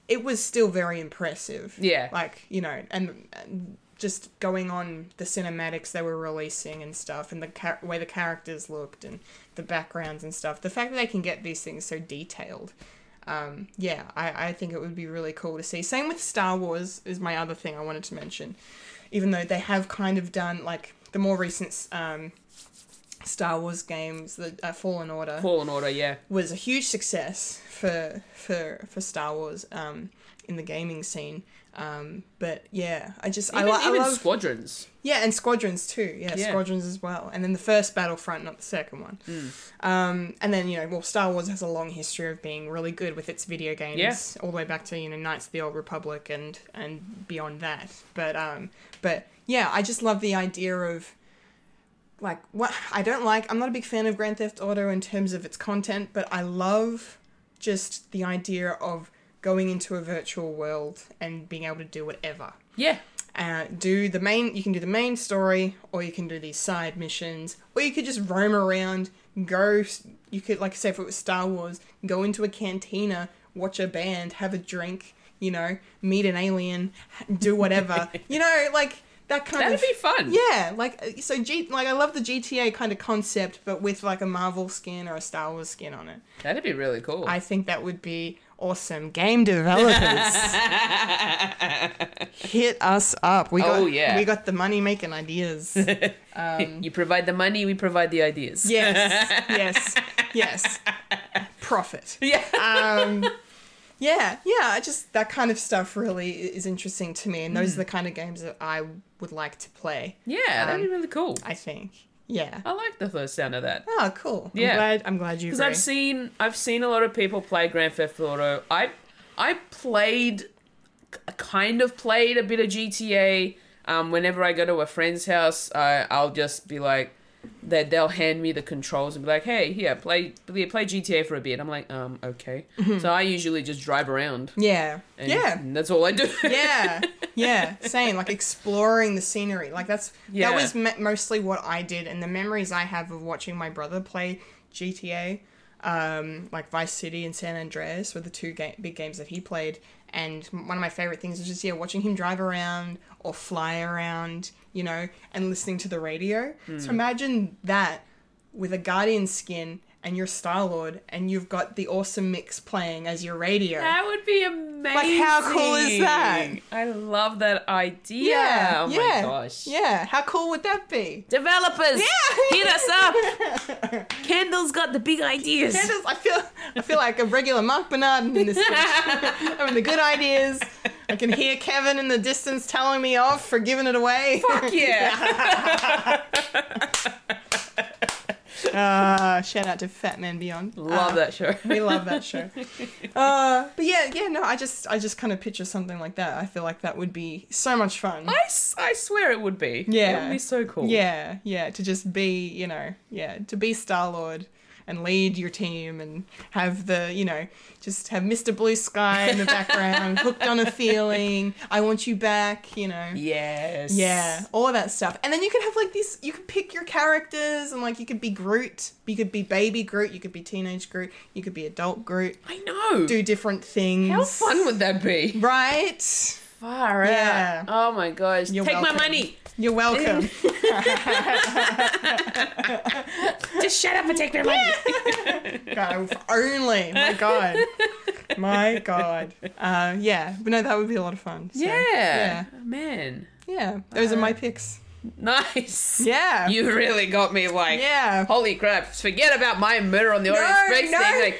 [SPEAKER 1] it was still very impressive.
[SPEAKER 2] Yeah.
[SPEAKER 1] Like, you know, and, and just going on the cinematics they were releasing and stuff, and the char- way the characters looked and the backgrounds and stuff. The fact that they can get these things so detailed. Um, yeah, I, I think it would be really cool to see. Same with Star Wars, is my other thing I wanted to mention. Even though they have kind of done, like, the more recent um, Star Wars games, the uh, Fallen Order
[SPEAKER 2] Fallen Order, yeah.
[SPEAKER 1] was a huge success for for for Star Wars um, in the gaming scene. Um, but yeah, I just
[SPEAKER 2] Even,
[SPEAKER 1] I, li- I
[SPEAKER 2] even
[SPEAKER 1] love
[SPEAKER 2] Squadrons.
[SPEAKER 1] yeah, and Squadrons too. Yeah,
[SPEAKER 2] Yeah.
[SPEAKER 1] Squadrons as well. And then the first Battlefront, not the second one. Um, and then, you know, well, Star Wars has a long history of being really good with its video games,
[SPEAKER 2] Yeah.
[SPEAKER 1] all the way back to, you know, Knights of the Old Republic and and beyond that. But um but yeah, I just love the idea of like what I don't like I'm not a big fan of Grand Theft Auto in terms of its content, but I love just the idea of going into a virtual world and being able to do whatever
[SPEAKER 2] Yeah.
[SPEAKER 1] uh, do the main you can do the main story or you can do these side missions or you could just roam around go s- you could like say if it was star wars go into a cantina watch a band have a drink you know meet an alien <laughs> h- do
[SPEAKER 2] <laughs>
[SPEAKER 1] whatever you know like that kind
[SPEAKER 2] That'd
[SPEAKER 1] of
[SPEAKER 2] be fun.
[SPEAKER 1] yeah like uh, so G, like i love the gta kind of concept but with like a marvel skin or a star wars skin on it
[SPEAKER 2] That'd be really cool.
[SPEAKER 1] i think that would be awesome game
[SPEAKER 2] <laughs>
[SPEAKER 1] developers hit us up. We got
[SPEAKER 2] Oh, yeah.
[SPEAKER 1] we got the money making
[SPEAKER 2] <laughs>
[SPEAKER 1] ideas.
[SPEAKER 2] you provide the money, we provide the ideas.
[SPEAKER 1] yes, yes, yes. Profit.
[SPEAKER 2] <laughs> Yeah.
[SPEAKER 1] Um, yeah, yeah. I just that kind of stuff really i- is interesting to me, and
[SPEAKER 2] Mm.
[SPEAKER 1] those are the kind of games that I would like to play.
[SPEAKER 2] Yeah, that'd be
[SPEAKER 1] Um,
[SPEAKER 2] really cool.
[SPEAKER 1] I think. Yeah.
[SPEAKER 2] I like the first sound of that.
[SPEAKER 1] Oh, cool. I'm
[SPEAKER 2] Uh, Yeah.
[SPEAKER 1] glad. I'm glad you
[SPEAKER 2] Because
[SPEAKER 1] agree.
[SPEAKER 2] I've seen I've seen a lot of people play Grand Theft Auto. I I played k- kind of played a bit of GTA. Um, whenever I go to a friend's house, I I'll just be like that they'll hand me the controls and be like, "Hey, here, play play, play GTA for a bit." I'm like, "Um, okay." So I usually just drive around.
[SPEAKER 1] yeah.
[SPEAKER 2] And,
[SPEAKER 1] Mm-hmm. yeah.
[SPEAKER 2] and that's all I do.
[SPEAKER 1] yeah <laughs> yeah same like exploring the scenery like that's
[SPEAKER 2] Yeah.
[SPEAKER 1] that was me- mostly what i did and the memories i have of watching my brother play gta um, like vice city and san andreas were the two ga- big games that he played and m- one of my favorite things was just yeah watching him drive around or fly around you know and listening to the radio so imagine that with a guardian skin and you're Star Lord, and you've got the awesome mix playing as your radio.
[SPEAKER 2] <laughs> That would be amazing.
[SPEAKER 1] how cool is that?
[SPEAKER 2] I love that idea.
[SPEAKER 1] Yeah.
[SPEAKER 2] oh
[SPEAKER 1] yeah.
[SPEAKER 2] my gosh.
[SPEAKER 1] Yeah. How cool would that be?
[SPEAKER 2] Developers, hit us up. <laughs> Kendall's got the big ideas.
[SPEAKER 1] I just- I feel I feel like a regular Mark Bernard in
[SPEAKER 2] <laughs>
[SPEAKER 1] this. <laughs> having the good ideas. I can hear Kevin in the distance telling me off for giving it away.
[SPEAKER 2] Fuck yeah.
[SPEAKER 1] <laughs> Ah, Uh, shout out to Fat Man Beyond.
[SPEAKER 2] <laughs> Love
[SPEAKER 1] Uh,
[SPEAKER 2] that show.
[SPEAKER 1] We love that
[SPEAKER 2] <laughs>
[SPEAKER 1] show. Uh, but yeah, yeah, no, I just, I just kind of picture something like that. I feel like that would be so much fun.
[SPEAKER 2] I, s- I swear it would be.
[SPEAKER 1] Yeah.
[SPEAKER 2] It would be so cool.
[SPEAKER 1] Yeah, yeah, to just be, you know, yeah, to be Star Lord and lead your team and have the, you know, just have Mr. Blue Sky in the background,
[SPEAKER 2] <laughs>
[SPEAKER 1] hooked on a feeling, I want you back, you know.
[SPEAKER 2] Yes.
[SPEAKER 1] Yeah, all of that stuff. And then you could have like these, you could pick your characters and like you could be Groot, you could be baby Groot, you could be teenage Groot, you could be adult Groot,
[SPEAKER 2] I know.
[SPEAKER 1] do different things.
[SPEAKER 2] How fun would that be?
[SPEAKER 1] Right?
[SPEAKER 2] Far out.
[SPEAKER 1] Yeah.
[SPEAKER 2] Oh my gosh.
[SPEAKER 1] You're
[SPEAKER 2] Take
[SPEAKER 1] welcome.
[SPEAKER 2] my money.
[SPEAKER 1] You're welcome.
[SPEAKER 2] <laughs>
[SPEAKER 1] <laughs>
[SPEAKER 2] Just shut up and take my money.
[SPEAKER 1] God, if only. My God. <laughs> My God. Uh, yeah, but no, that would be a lot of fun. so,
[SPEAKER 2] <laughs> yeah.
[SPEAKER 1] Yeah.
[SPEAKER 2] Man.
[SPEAKER 1] Yeah. Those are my picks.
[SPEAKER 2] Nice.
[SPEAKER 1] Yeah.
[SPEAKER 2] You really got me
[SPEAKER 1] <laughs>
[SPEAKER 2] like <laughs>
[SPEAKER 1] yeah.
[SPEAKER 2] holy crap. Forget about my murder on the
[SPEAKER 1] No,
[SPEAKER 2] Orient Express
[SPEAKER 1] no.
[SPEAKER 2] thing. Like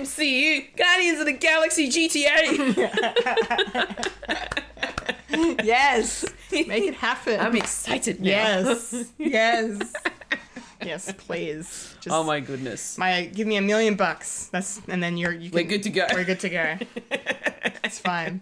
[SPEAKER 2] MCU Guardians of the Galaxy GTA.
[SPEAKER 1] <laughs> Yes. Make it happen.
[SPEAKER 2] I'm excited now.
[SPEAKER 1] yes. yes. Yes, please. Just
[SPEAKER 2] <laughs> oh my goodness.
[SPEAKER 1] my give me a million bucks. That's and then you're you can,
[SPEAKER 2] We're good to go.
[SPEAKER 1] We're
[SPEAKER 2] <laughs>
[SPEAKER 1] good to go. it's fine.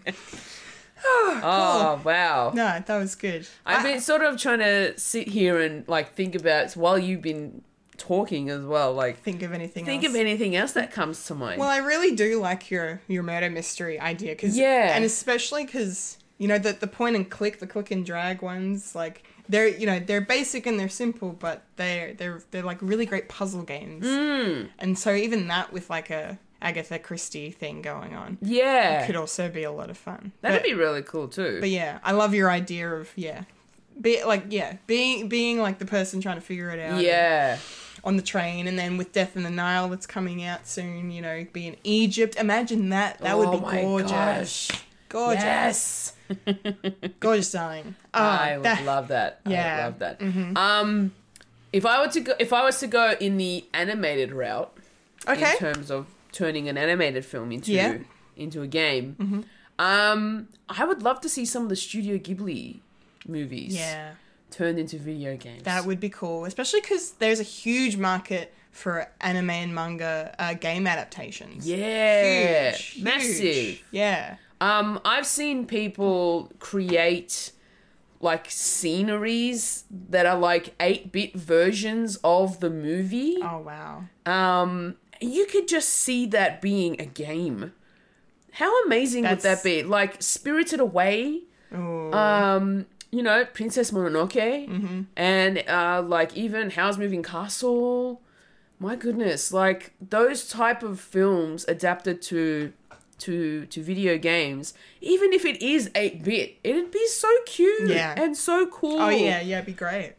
[SPEAKER 2] Oh wow.
[SPEAKER 1] No, that was good.
[SPEAKER 2] I've
[SPEAKER 1] I-
[SPEAKER 2] been sort of trying to sit here and like think about while you've been talking as well. Like
[SPEAKER 1] think of anything
[SPEAKER 2] think
[SPEAKER 1] else.
[SPEAKER 2] of anything else that comes to mind.
[SPEAKER 1] Well, I really do like your your murder mystery idea because
[SPEAKER 2] Yeah.
[SPEAKER 1] and especially because you know the the point and click, the click and drag ones, like they're you know they're basic and they're simple, but they're they're they're like really great puzzle games.
[SPEAKER 2] Mm. Hmm.
[SPEAKER 1] And so even that with like a Agatha Christie thing going on
[SPEAKER 2] yeah,
[SPEAKER 1] could also be a lot of fun.
[SPEAKER 2] that'd
[SPEAKER 1] but,
[SPEAKER 2] be really cool too.
[SPEAKER 1] But yeah, I love your idea of yeah. Be, like yeah, being being like the person trying to figure it out.
[SPEAKER 2] yeah,
[SPEAKER 1] on the train, and then with Death in the Nile that's coming out soon, you know, be in Egypt. Imagine that. That would
[SPEAKER 2] Oh
[SPEAKER 1] be
[SPEAKER 2] my
[SPEAKER 1] gorgeous.
[SPEAKER 2] gosh.
[SPEAKER 1] Gorgeous.
[SPEAKER 2] yes,
[SPEAKER 1] <laughs> Gorgeous, darling. Oh,
[SPEAKER 2] I would
[SPEAKER 1] that-
[SPEAKER 2] love that. I would
[SPEAKER 1] Yeah. Mm-hmm.
[SPEAKER 2] love that. Um, if I were to go, if I was to go in the animated route,
[SPEAKER 1] Okay.
[SPEAKER 2] in terms of turning an animated film into
[SPEAKER 1] Yeah. Mm-hmm.
[SPEAKER 2] into a game. Um, I would love to see some of the Studio Ghibli movies
[SPEAKER 1] yeah.
[SPEAKER 2] turned into video games.
[SPEAKER 1] That would be cool, especially because there's a huge market for anime and manga uh, game adaptations.
[SPEAKER 2] yeah,
[SPEAKER 1] Huge, huge.
[SPEAKER 2] massive.
[SPEAKER 1] Yeah.
[SPEAKER 2] Um, I've seen people create like sceneries that are like eight bit versions of the movie.
[SPEAKER 1] Oh wow.
[SPEAKER 2] Um, you could just see that being a game. How amazing would
[SPEAKER 1] That's-
[SPEAKER 2] that be? Like Spirited Away.
[SPEAKER 1] Ooh.
[SPEAKER 2] um you know princess mononoke
[SPEAKER 1] Mm-hmm.
[SPEAKER 2] and uh like even how's moving castle my goodness like those type of films adapted to to to video games even if it is 8-bit it'd be so cute
[SPEAKER 1] Yeah.
[SPEAKER 2] and so cool
[SPEAKER 1] oh yeah, yeah, it'd be great.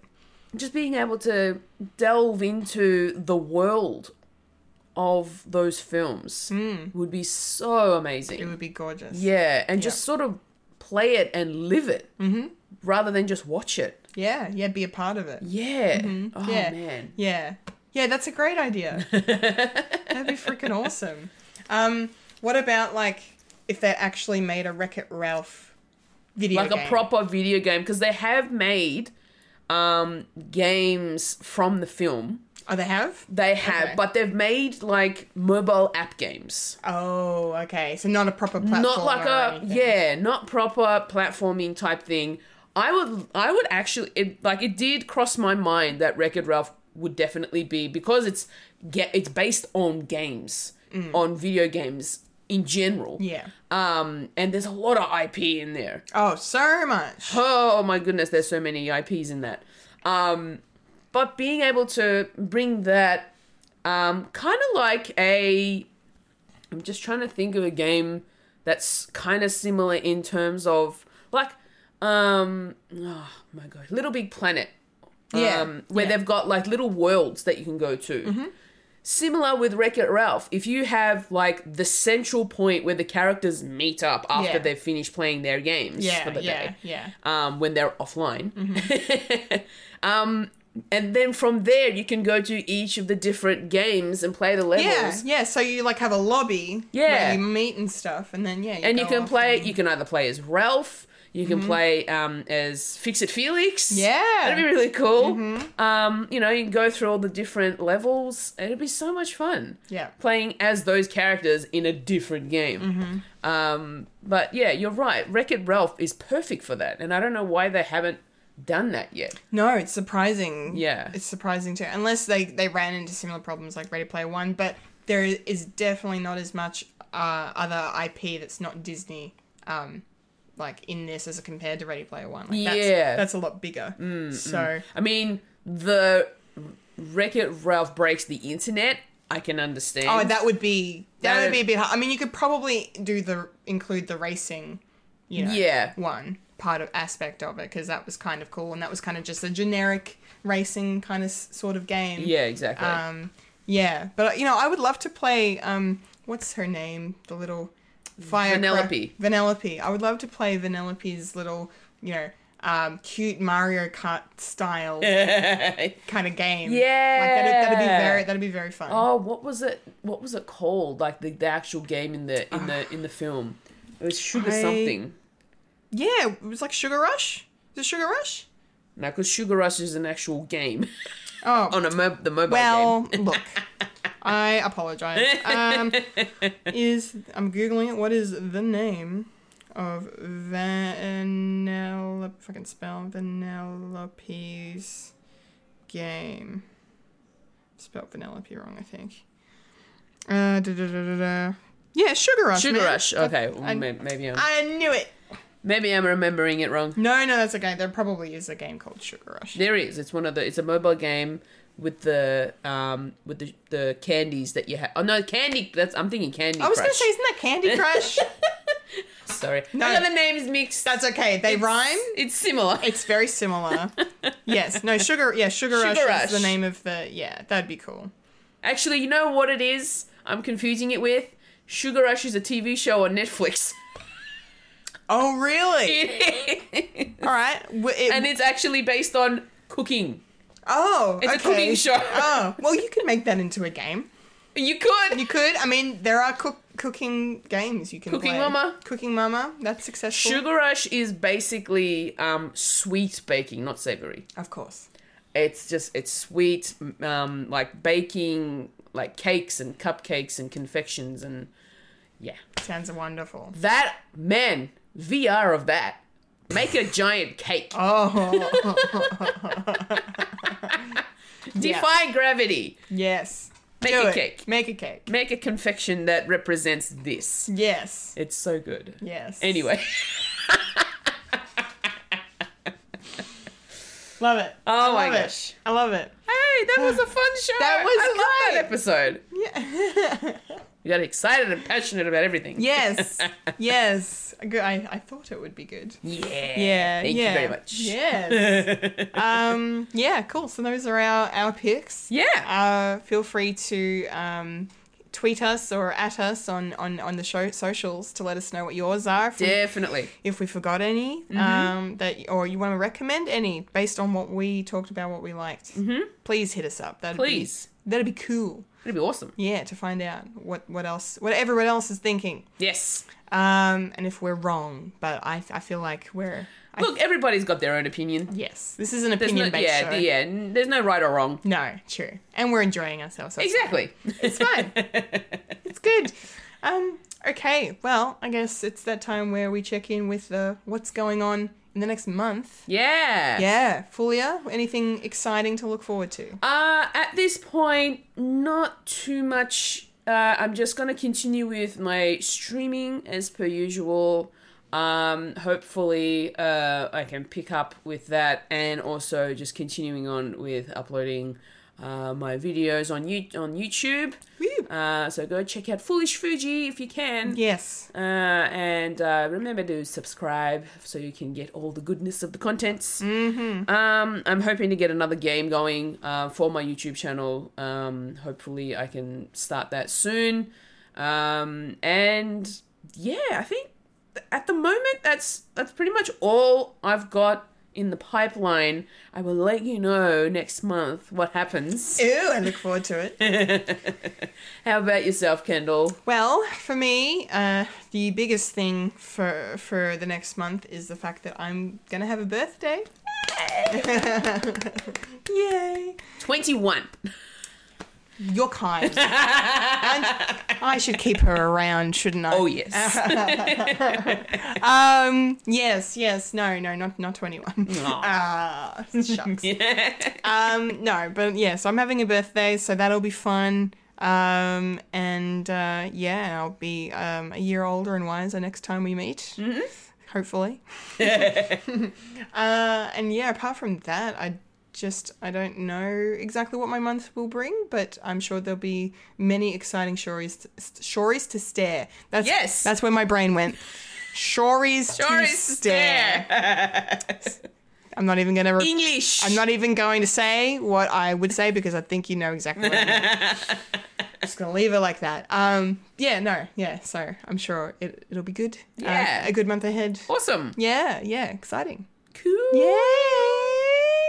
[SPEAKER 2] just being able to delve into the world of those films would be so amazing
[SPEAKER 1] Hmm. It would be gorgeous.
[SPEAKER 2] yeah, and just sort of play it and live it
[SPEAKER 1] Mm-hmm.
[SPEAKER 2] rather than just watch it.
[SPEAKER 1] Yeah, yeah, be a part of it.
[SPEAKER 2] Yeah. Oh
[SPEAKER 1] Mm-hmm. Yeah.
[SPEAKER 2] man.
[SPEAKER 1] Yeah. Yeah, that's a great
[SPEAKER 2] <laughs>
[SPEAKER 1] idea. That'd be freaking awesome. Um, what about like if they actually made a Wreck It Ralph video
[SPEAKER 2] Like
[SPEAKER 1] game?
[SPEAKER 2] a proper video game because they have made um games from the film.
[SPEAKER 1] Oh, they have.
[SPEAKER 2] They have,
[SPEAKER 1] Okay.
[SPEAKER 2] but they've made like mobile app games.
[SPEAKER 1] Oh, okay. So not a proper platform.
[SPEAKER 2] not like
[SPEAKER 1] or
[SPEAKER 2] a
[SPEAKER 1] anything.
[SPEAKER 2] yeah, not proper platforming type thing. I would I would actually it like it did cross my mind that Record Ralph would definitely be because it's get it's based on games, on video games in general.
[SPEAKER 1] Mm. Yeah.
[SPEAKER 2] Um and there's a lot of IP in there.
[SPEAKER 1] Oh, so much.
[SPEAKER 2] Oh my goodness, there's so many IPs in that. Um, but being able to bring that, um, kind of like a, I'm just trying to think of a game that's kind of similar in terms of like, um, oh my god, Little Big Planet.
[SPEAKER 1] Yeah,
[SPEAKER 2] Um, where
[SPEAKER 1] yeah. Mm-hmm.
[SPEAKER 2] they've got like little worlds that you can go to. Similar with Wreck It Ralph, if you have like the central point where the characters meet up after
[SPEAKER 1] Yeah.
[SPEAKER 2] they've finished playing their games for
[SPEAKER 1] Yeah,
[SPEAKER 2] the
[SPEAKER 1] yeah,
[SPEAKER 2] day
[SPEAKER 1] yeah.
[SPEAKER 2] um, when they're offline.
[SPEAKER 1] Mm-hmm.
[SPEAKER 2] <laughs> um, and then from there, you can go to each of the different games and play the levels.
[SPEAKER 1] Yeah, yeah. So you like have a lobby
[SPEAKER 2] Yeah.
[SPEAKER 1] where you meet and stuff, and then yeah,
[SPEAKER 2] And you
[SPEAKER 1] go
[SPEAKER 2] can
[SPEAKER 1] off
[SPEAKER 2] play, you can either play as Ralph, You can play um, as Fix It Felix.
[SPEAKER 1] Yeah. Mm-hmm.
[SPEAKER 2] That'd be really cool. Um, you know, you can go through all the different levels. It'd be so much fun
[SPEAKER 1] Yeah.
[SPEAKER 2] playing as those characters in a different game.
[SPEAKER 1] Mm-hmm.
[SPEAKER 2] Um, but yeah, you're right. Wreck It Ralph is perfect for that. And I don't know why they haven't done that yet.
[SPEAKER 1] No, it's surprising.
[SPEAKER 2] Yeah.
[SPEAKER 1] It's surprising too. Unless they, they ran into similar problems like Ready Player One, but there is definitely not as much uh, other IP that's not Disney um, like in this as compared to Ready Player One. Like,
[SPEAKER 2] Yeah. Mm,
[SPEAKER 1] That's, that's a lot bigger. So,
[SPEAKER 2] I mean, the Wreck It Ralph breaks the internet. I can understand.
[SPEAKER 1] oh, that would be that
[SPEAKER 2] That-
[SPEAKER 1] would be a bit hard. I mean, you could probably do the include the racing, you know,
[SPEAKER 2] Yeah.
[SPEAKER 1] one part of aspect of it because that was kind of cool and that was kind of just a generic racing kind of s- sort of game.
[SPEAKER 2] Yeah, exactly.
[SPEAKER 1] Um, yeah, but you know, I would love to play. Um, what's her name? The little fire
[SPEAKER 2] Vanellope.
[SPEAKER 1] Vanellope. I would love to play Vanellope's little, you know, um, cute Mario Kart
[SPEAKER 2] <laughs>
[SPEAKER 1] style kind of game. like that'd, that'd be
[SPEAKER 2] Yeah.
[SPEAKER 1] very that'd be very fun.
[SPEAKER 2] oh, what was it? What was it called? Like the, the actual game in the in the in the film. It was sugar
[SPEAKER 1] Ah. I-
[SPEAKER 2] something.
[SPEAKER 1] Yeah, it was like Sugar Rush. Is it Sugar Rush?
[SPEAKER 2] No, because Sugar Rush is an actual game <laughs>
[SPEAKER 1] Oh,
[SPEAKER 2] on a mo- the mobile
[SPEAKER 1] well,
[SPEAKER 2] game. <laughs>
[SPEAKER 1] look. I apologize. Um, is I'm googling it. What is the name of Vanellope? If I can spell Vanellope's game. Spelled Vanellope wrong, I think. Uh, da, da, da, da, da. Yeah, Sugar Rush.
[SPEAKER 2] Sugar
[SPEAKER 1] man.
[SPEAKER 2] Rush. Okay, well,
[SPEAKER 1] I-
[SPEAKER 2] may- maybe I'm
[SPEAKER 1] I knew it.
[SPEAKER 2] maybe I'm remembering it wrong.
[SPEAKER 1] No, no, that's okay. There probably is a game called Sugar Rush.
[SPEAKER 2] There is. It's one of the. It's a mobile game with the um with the the candies that you have. Oh no, candy. That's I'm thinking Candy
[SPEAKER 1] I was
[SPEAKER 2] Crush.
[SPEAKER 1] gonna say, isn't that Candy
[SPEAKER 2] <laughs>
[SPEAKER 1] Crush?
[SPEAKER 2] Sorry,
[SPEAKER 1] No.
[SPEAKER 2] I got the names mixed.
[SPEAKER 1] that's okay. They rhyme.
[SPEAKER 2] It's similar.
[SPEAKER 1] It's very
[SPEAKER 2] <laughs>
[SPEAKER 1] similar. yes. No, Sugar yeah, Sugar,
[SPEAKER 2] Sugar
[SPEAKER 1] Rush,
[SPEAKER 2] Rush.
[SPEAKER 1] is the name of the yeah, that'd be cool.
[SPEAKER 2] Actually, you know what it is? I'm confusing it with Sugar Rush is a TV show on Netflix. <laughs>
[SPEAKER 1] Oh really?
[SPEAKER 2] and
[SPEAKER 1] All right. W- It,
[SPEAKER 2] it's actually based on cooking.
[SPEAKER 1] oh,
[SPEAKER 2] It's a
[SPEAKER 1] okay.
[SPEAKER 2] cooking show.
[SPEAKER 1] <laughs> Oh, well, you could make that into a game.
[SPEAKER 2] You could.
[SPEAKER 1] You could. I mean, there are cook cooking games you can
[SPEAKER 2] Cooking
[SPEAKER 1] play.
[SPEAKER 2] Mama.
[SPEAKER 1] Cooking Mama. That's successful.
[SPEAKER 2] Sugar Rush is basically um, sweet baking, not savory.
[SPEAKER 1] Of course.
[SPEAKER 2] It's just it's sweet, um, like baking, like cakes and cupcakes and confections and yeah.
[SPEAKER 1] Sounds wonderful.
[SPEAKER 2] That man VR of that. Make a giant cake.
[SPEAKER 1] Oh <laughs>
[SPEAKER 2] Defy gravity.
[SPEAKER 1] yes.
[SPEAKER 2] Make
[SPEAKER 1] Do
[SPEAKER 2] a
[SPEAKER 1] it.
[SPEAKER 2] cake.
[SPEAKER 1] Make a cake.
[SPEAKER 2] Make a confection that represents this.
[SPEAKER 1] Yes.
[SPEAKER 2] It's so good.
[SPEAKER 1] Yes.
[SPEAKER 2] Anyway, <laughs>
[SPEAKER 1] Love it.
[SPEAKER 2] Oh
[SPEAKER 1] I
[SPEAKER 2] my
[SPEAKER 1] love it.
[SPEAKER 2] gosh.
[SPEAKER 1] I love it.
[SPEAKER 2] hey, that was a fun show.
[SPEAKER 1] That was
[SPEAKER 2] I love that
[SPEAKER 1] light.
[SPEAKER 2] episode.
[SPEAKER 1] Yeah. <laughs>
[SPEAKER 2] We got excited and passionate about everything.
[SPEAKER 1] Yes. yes. Good. I, I thought it would be good.
[SPEAKER 2] Yeah.
[SPEAKER 1] Yeah.
[SPEAKER 2] Thank
[SPEAKER 1] yeah.
[SPEAKER 2] you very much.
[SPEAKER 1] Yes. um, yeah, cool. So those are our, our picks.
[SPEAKER 2] <laughs> yeah.
[SPEAKER 1] Uh, feel free to um, tweet us or at us on, on, on the show socials to let us know what yours are. If, we-
[SPEAKER 2] Definitely.
[SPEAKER 1] if we forgot any
[SPEAKER 2] Mm-hmm.
[SPEAKER 1] um, that or you want to recommend any based on what we talked about, what we liked, mm-hmm. please hit us up. That'd
[SPEAKER 2] Please.
[SPEAKER 1] Be, that'd be cool.
[SPEAKER 2] It'd be awesome.
[SPEAKER 1] Yeah, to find out what, what else, what everyone else is thinking.
[SPEAKER 2] Yes.
[SPEAKER 1] Um, and if we're wrong, but I, I feel like we're I,
[SPEAKER 2] Look, everybody's got their own opinion.
[SPEAKER 1] yes, this is an
[SPEAKER 2] There's no,
[SPEAKER 1] opinion based
[SPEAKER 2] yeah,
[SPEAKER 1] show.
[SPEAKER 2] yeah. n- There's no right or wrong.
[SPEAKER 1] No, true, and we're enjoying ourselves. so it's
[SPEAKER 2] Exactly.
[SPEAKER 1] fine. It's fine. it's good. Um, okay, well, I guess it's that time where we check in with uh, what's going on in the next month.
[SPEAKER 2] <laughs> Yeah.
[SPEAKER 1] Yeah, Fulia, anything exciting to look forward to?
[SPEAKER 2] Uh, at this point, not too much. Uh, I'm just gonna continue with my streaming as per usual. Um, hopefully, uh, I can pick up with that, and also just continuing on with uploading uh, my videos on you- on YouTube.
[SPEAKER 1] Woo.
[SPEAKER 2] Uh, so go check out Foolish Fuji if you can.
[SPEAKER 1] Yes,
[SPEAKER 2] Uh, and uh, remember to subscribe so you can get all the goodness of the contents. Mm-hmm. Um, I'm hoping to get another game going uh, for my YouTube channel. Um, hopefully, I can start that soon. Um, and yeah, I think th- at the moment that's that's pretty much all I've got in the pipeline. I will let you know next month what happens.
[SPEAKER 1] Ooh, I look forward to it.
[SPEAKER 2] How about yourself, Kendall?
[SPEAKER 1] <laughs> Well, for me, uh, the biggest thing for for the next month is the fact that I'm gonna have a birthday. <laughs> Yay!
[SPEAKER 2] 21.
[SPEAKER 1] You're
[SPEAKER 2] <laughs>
[SPEAKER 1] kind. And I should keep her around, shouldn't I?
[SPEAKER 2] Oh, <laughs> yes.
[SPEAKER 1] Um. Yes. Yes. No. No. Not. Not twenty one.
[SPEAKER 2] Aw.
[SPEAKER 1] Ah. Shucks.
[SPEAKER 2] <laughs> yeah.
[SPEAKER 1] um no but yeah so i'm having a birthday so that'll be fun um and uh yeah i'll be um a year older and wiser next time we meet
[SPEAKER 2] Mm-hmm. <laughs>
[SPEAKER 1] hopefully <laughs> uh and yeah apart from that i just i don't know exactly what my month will bring but i'm sure there'll be many exciting stories to, st- stories to stare that's
[SPEAKER 2] Yes.
[SPEAKER 1] that's where my brain
[SPEAKER 2] <laughs>
[SPEAKER 1] went stories to
[SPEAKER 2] Stories to
[SPEAKER 1] stare i'm not even gonna re-
[SPEAKER 2] English.
[SPEAKER 1] I'm not even going to say what I would say because I think you know exactly what I mean. Just gonna leave it like that. Um, yeah, no, yeah. So I'm sure it it'll be good. Uh,
[SPEAKER 2] Yeah.
[SPEAKER 1] a good month ahead.
[SPEAKER 2] Awesome.
[SPEAKER 1] Yeah, yeah, exciting.
[SPEAKER 2] Cool.
[SPEAKER 1] Yay!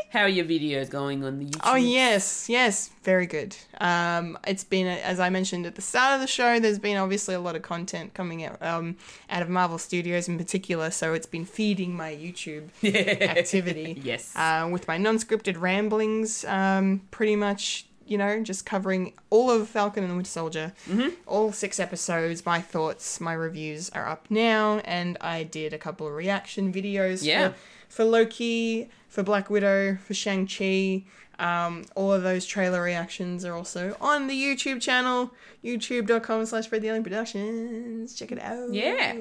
[SPEAKER 2] How are your videos going on the YouTube? <laughs>
[SPEAKER 1] Oh yes, yes, very good. Um, it's been as I mentioned at the start of the show. There's been obviously a lot of content coming out um, out of Marvel Studios in particular, so it's been feeding my YouTube activity.
[SPEAKER 2] <laughs> Yes.
[SPEAKER 1] Uh, with my non scripted ramblings, um, pretty much, you know, just covering all of Falcon and the Winter Soldier. Mm-hmm. All six episodes, my thoughts, my reviews are up now, and I did a couple of reaction videos
[SPEAKER 2] Yeah.
[SPEAKER 1] for, for Loki, for Black Widow, for Shang-Chi. Um, all of those trailer reactions are also on the YouTube channel, youtube.com slash Spread the Alien Productions. Check it out.
[SPEAKER 2] Yeah.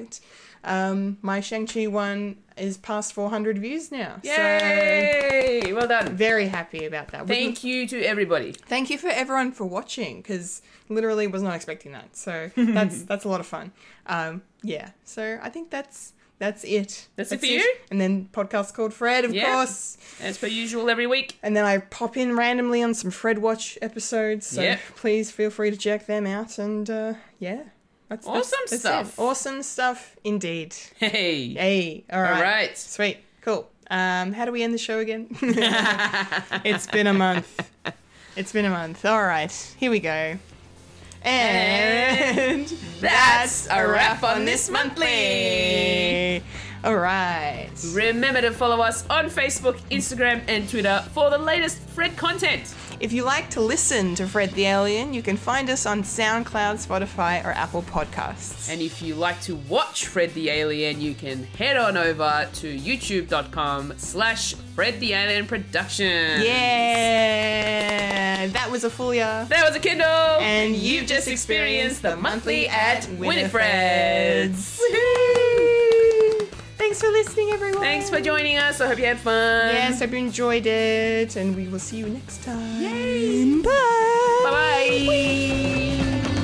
[SPEAKER 1] Um, my Shang-Chi one is past 400 views now. So
[SPEAKER 2] Yay! well done.
[SPEAKER 1] very happy about that. Would-
[SPEAKER 2] Thank you to everybody.
[SPEAKER 1] Thank you for everyone for watching because literally was not expecting that.
[SPEAKER 2] <laughs>
[SPEAKER 1] So that's that's a lot of fun. Um, yeah. So I think that's that's it.
[SPEAKER 2] That's it for you?
[SPEAKER 1] And then podcast called Fred, of
[SPEAKER 2] Yeah.
[SPEAKER 1] course.
[SPEAKER 2] As per usual, every week. <laughs>
[SPEAKER 1] And then I pop in randomly on some Fred Watch episodes. So
[SPEAKER 2] Yep.
[SPEAKER 1] please feel free to check them out. And uh, yeah. That's, that's-
[SPEAKER 2] Awesome
[SPEAKER 1] that's it.
[SPEAKER 2] stuff.
[SPEAKER 1] Awesome stuff indeed.
[SPEAKER 2] Hey.
[SPEAKER 1] Hey. All right.
[SPEAKER 2] All right.
[SPEAKER 1] Sweet. Cool. Um, how do we end the show
[SPEAKER 2] <laughs>
[SPEAKER 1] again? it's been a month. It's been a month. All right. Here we go. And
[SPEAKER 2] That's a wrap on this monthly.
[SPEAKER 1] All right.
[SPEAKER 2] Remember to follow us on Facebook, Instagram, and Twitter for the latest Fred content.
[SPEAKER 1] If you like to listen to Fred the Alien, you can find us on SoundCloud, Spotify, or Apple Podcasts.
[SPEAKER 2] And if you like to watch Fred the Alien, you can head on over to youtube.com slash Fred the Alien Productions.
[SPEAKER 1] Yeah. That was a full year.
[SPEAKER 2] That was a Kindle.
[SPEAKER 1] And you've just experienced the monthly at Winifred's. Thanks for listening, everyone.
[SPEAKER 2] Thanks for joining us. I hope you had fun.
[SPEAKER 1] Yes, hope you enjoyed it, and we will see you next time.
[SPEAKER 2] Yay.
[SPEAKER 1] Bye.
[SPEAKER 2] Bye bye.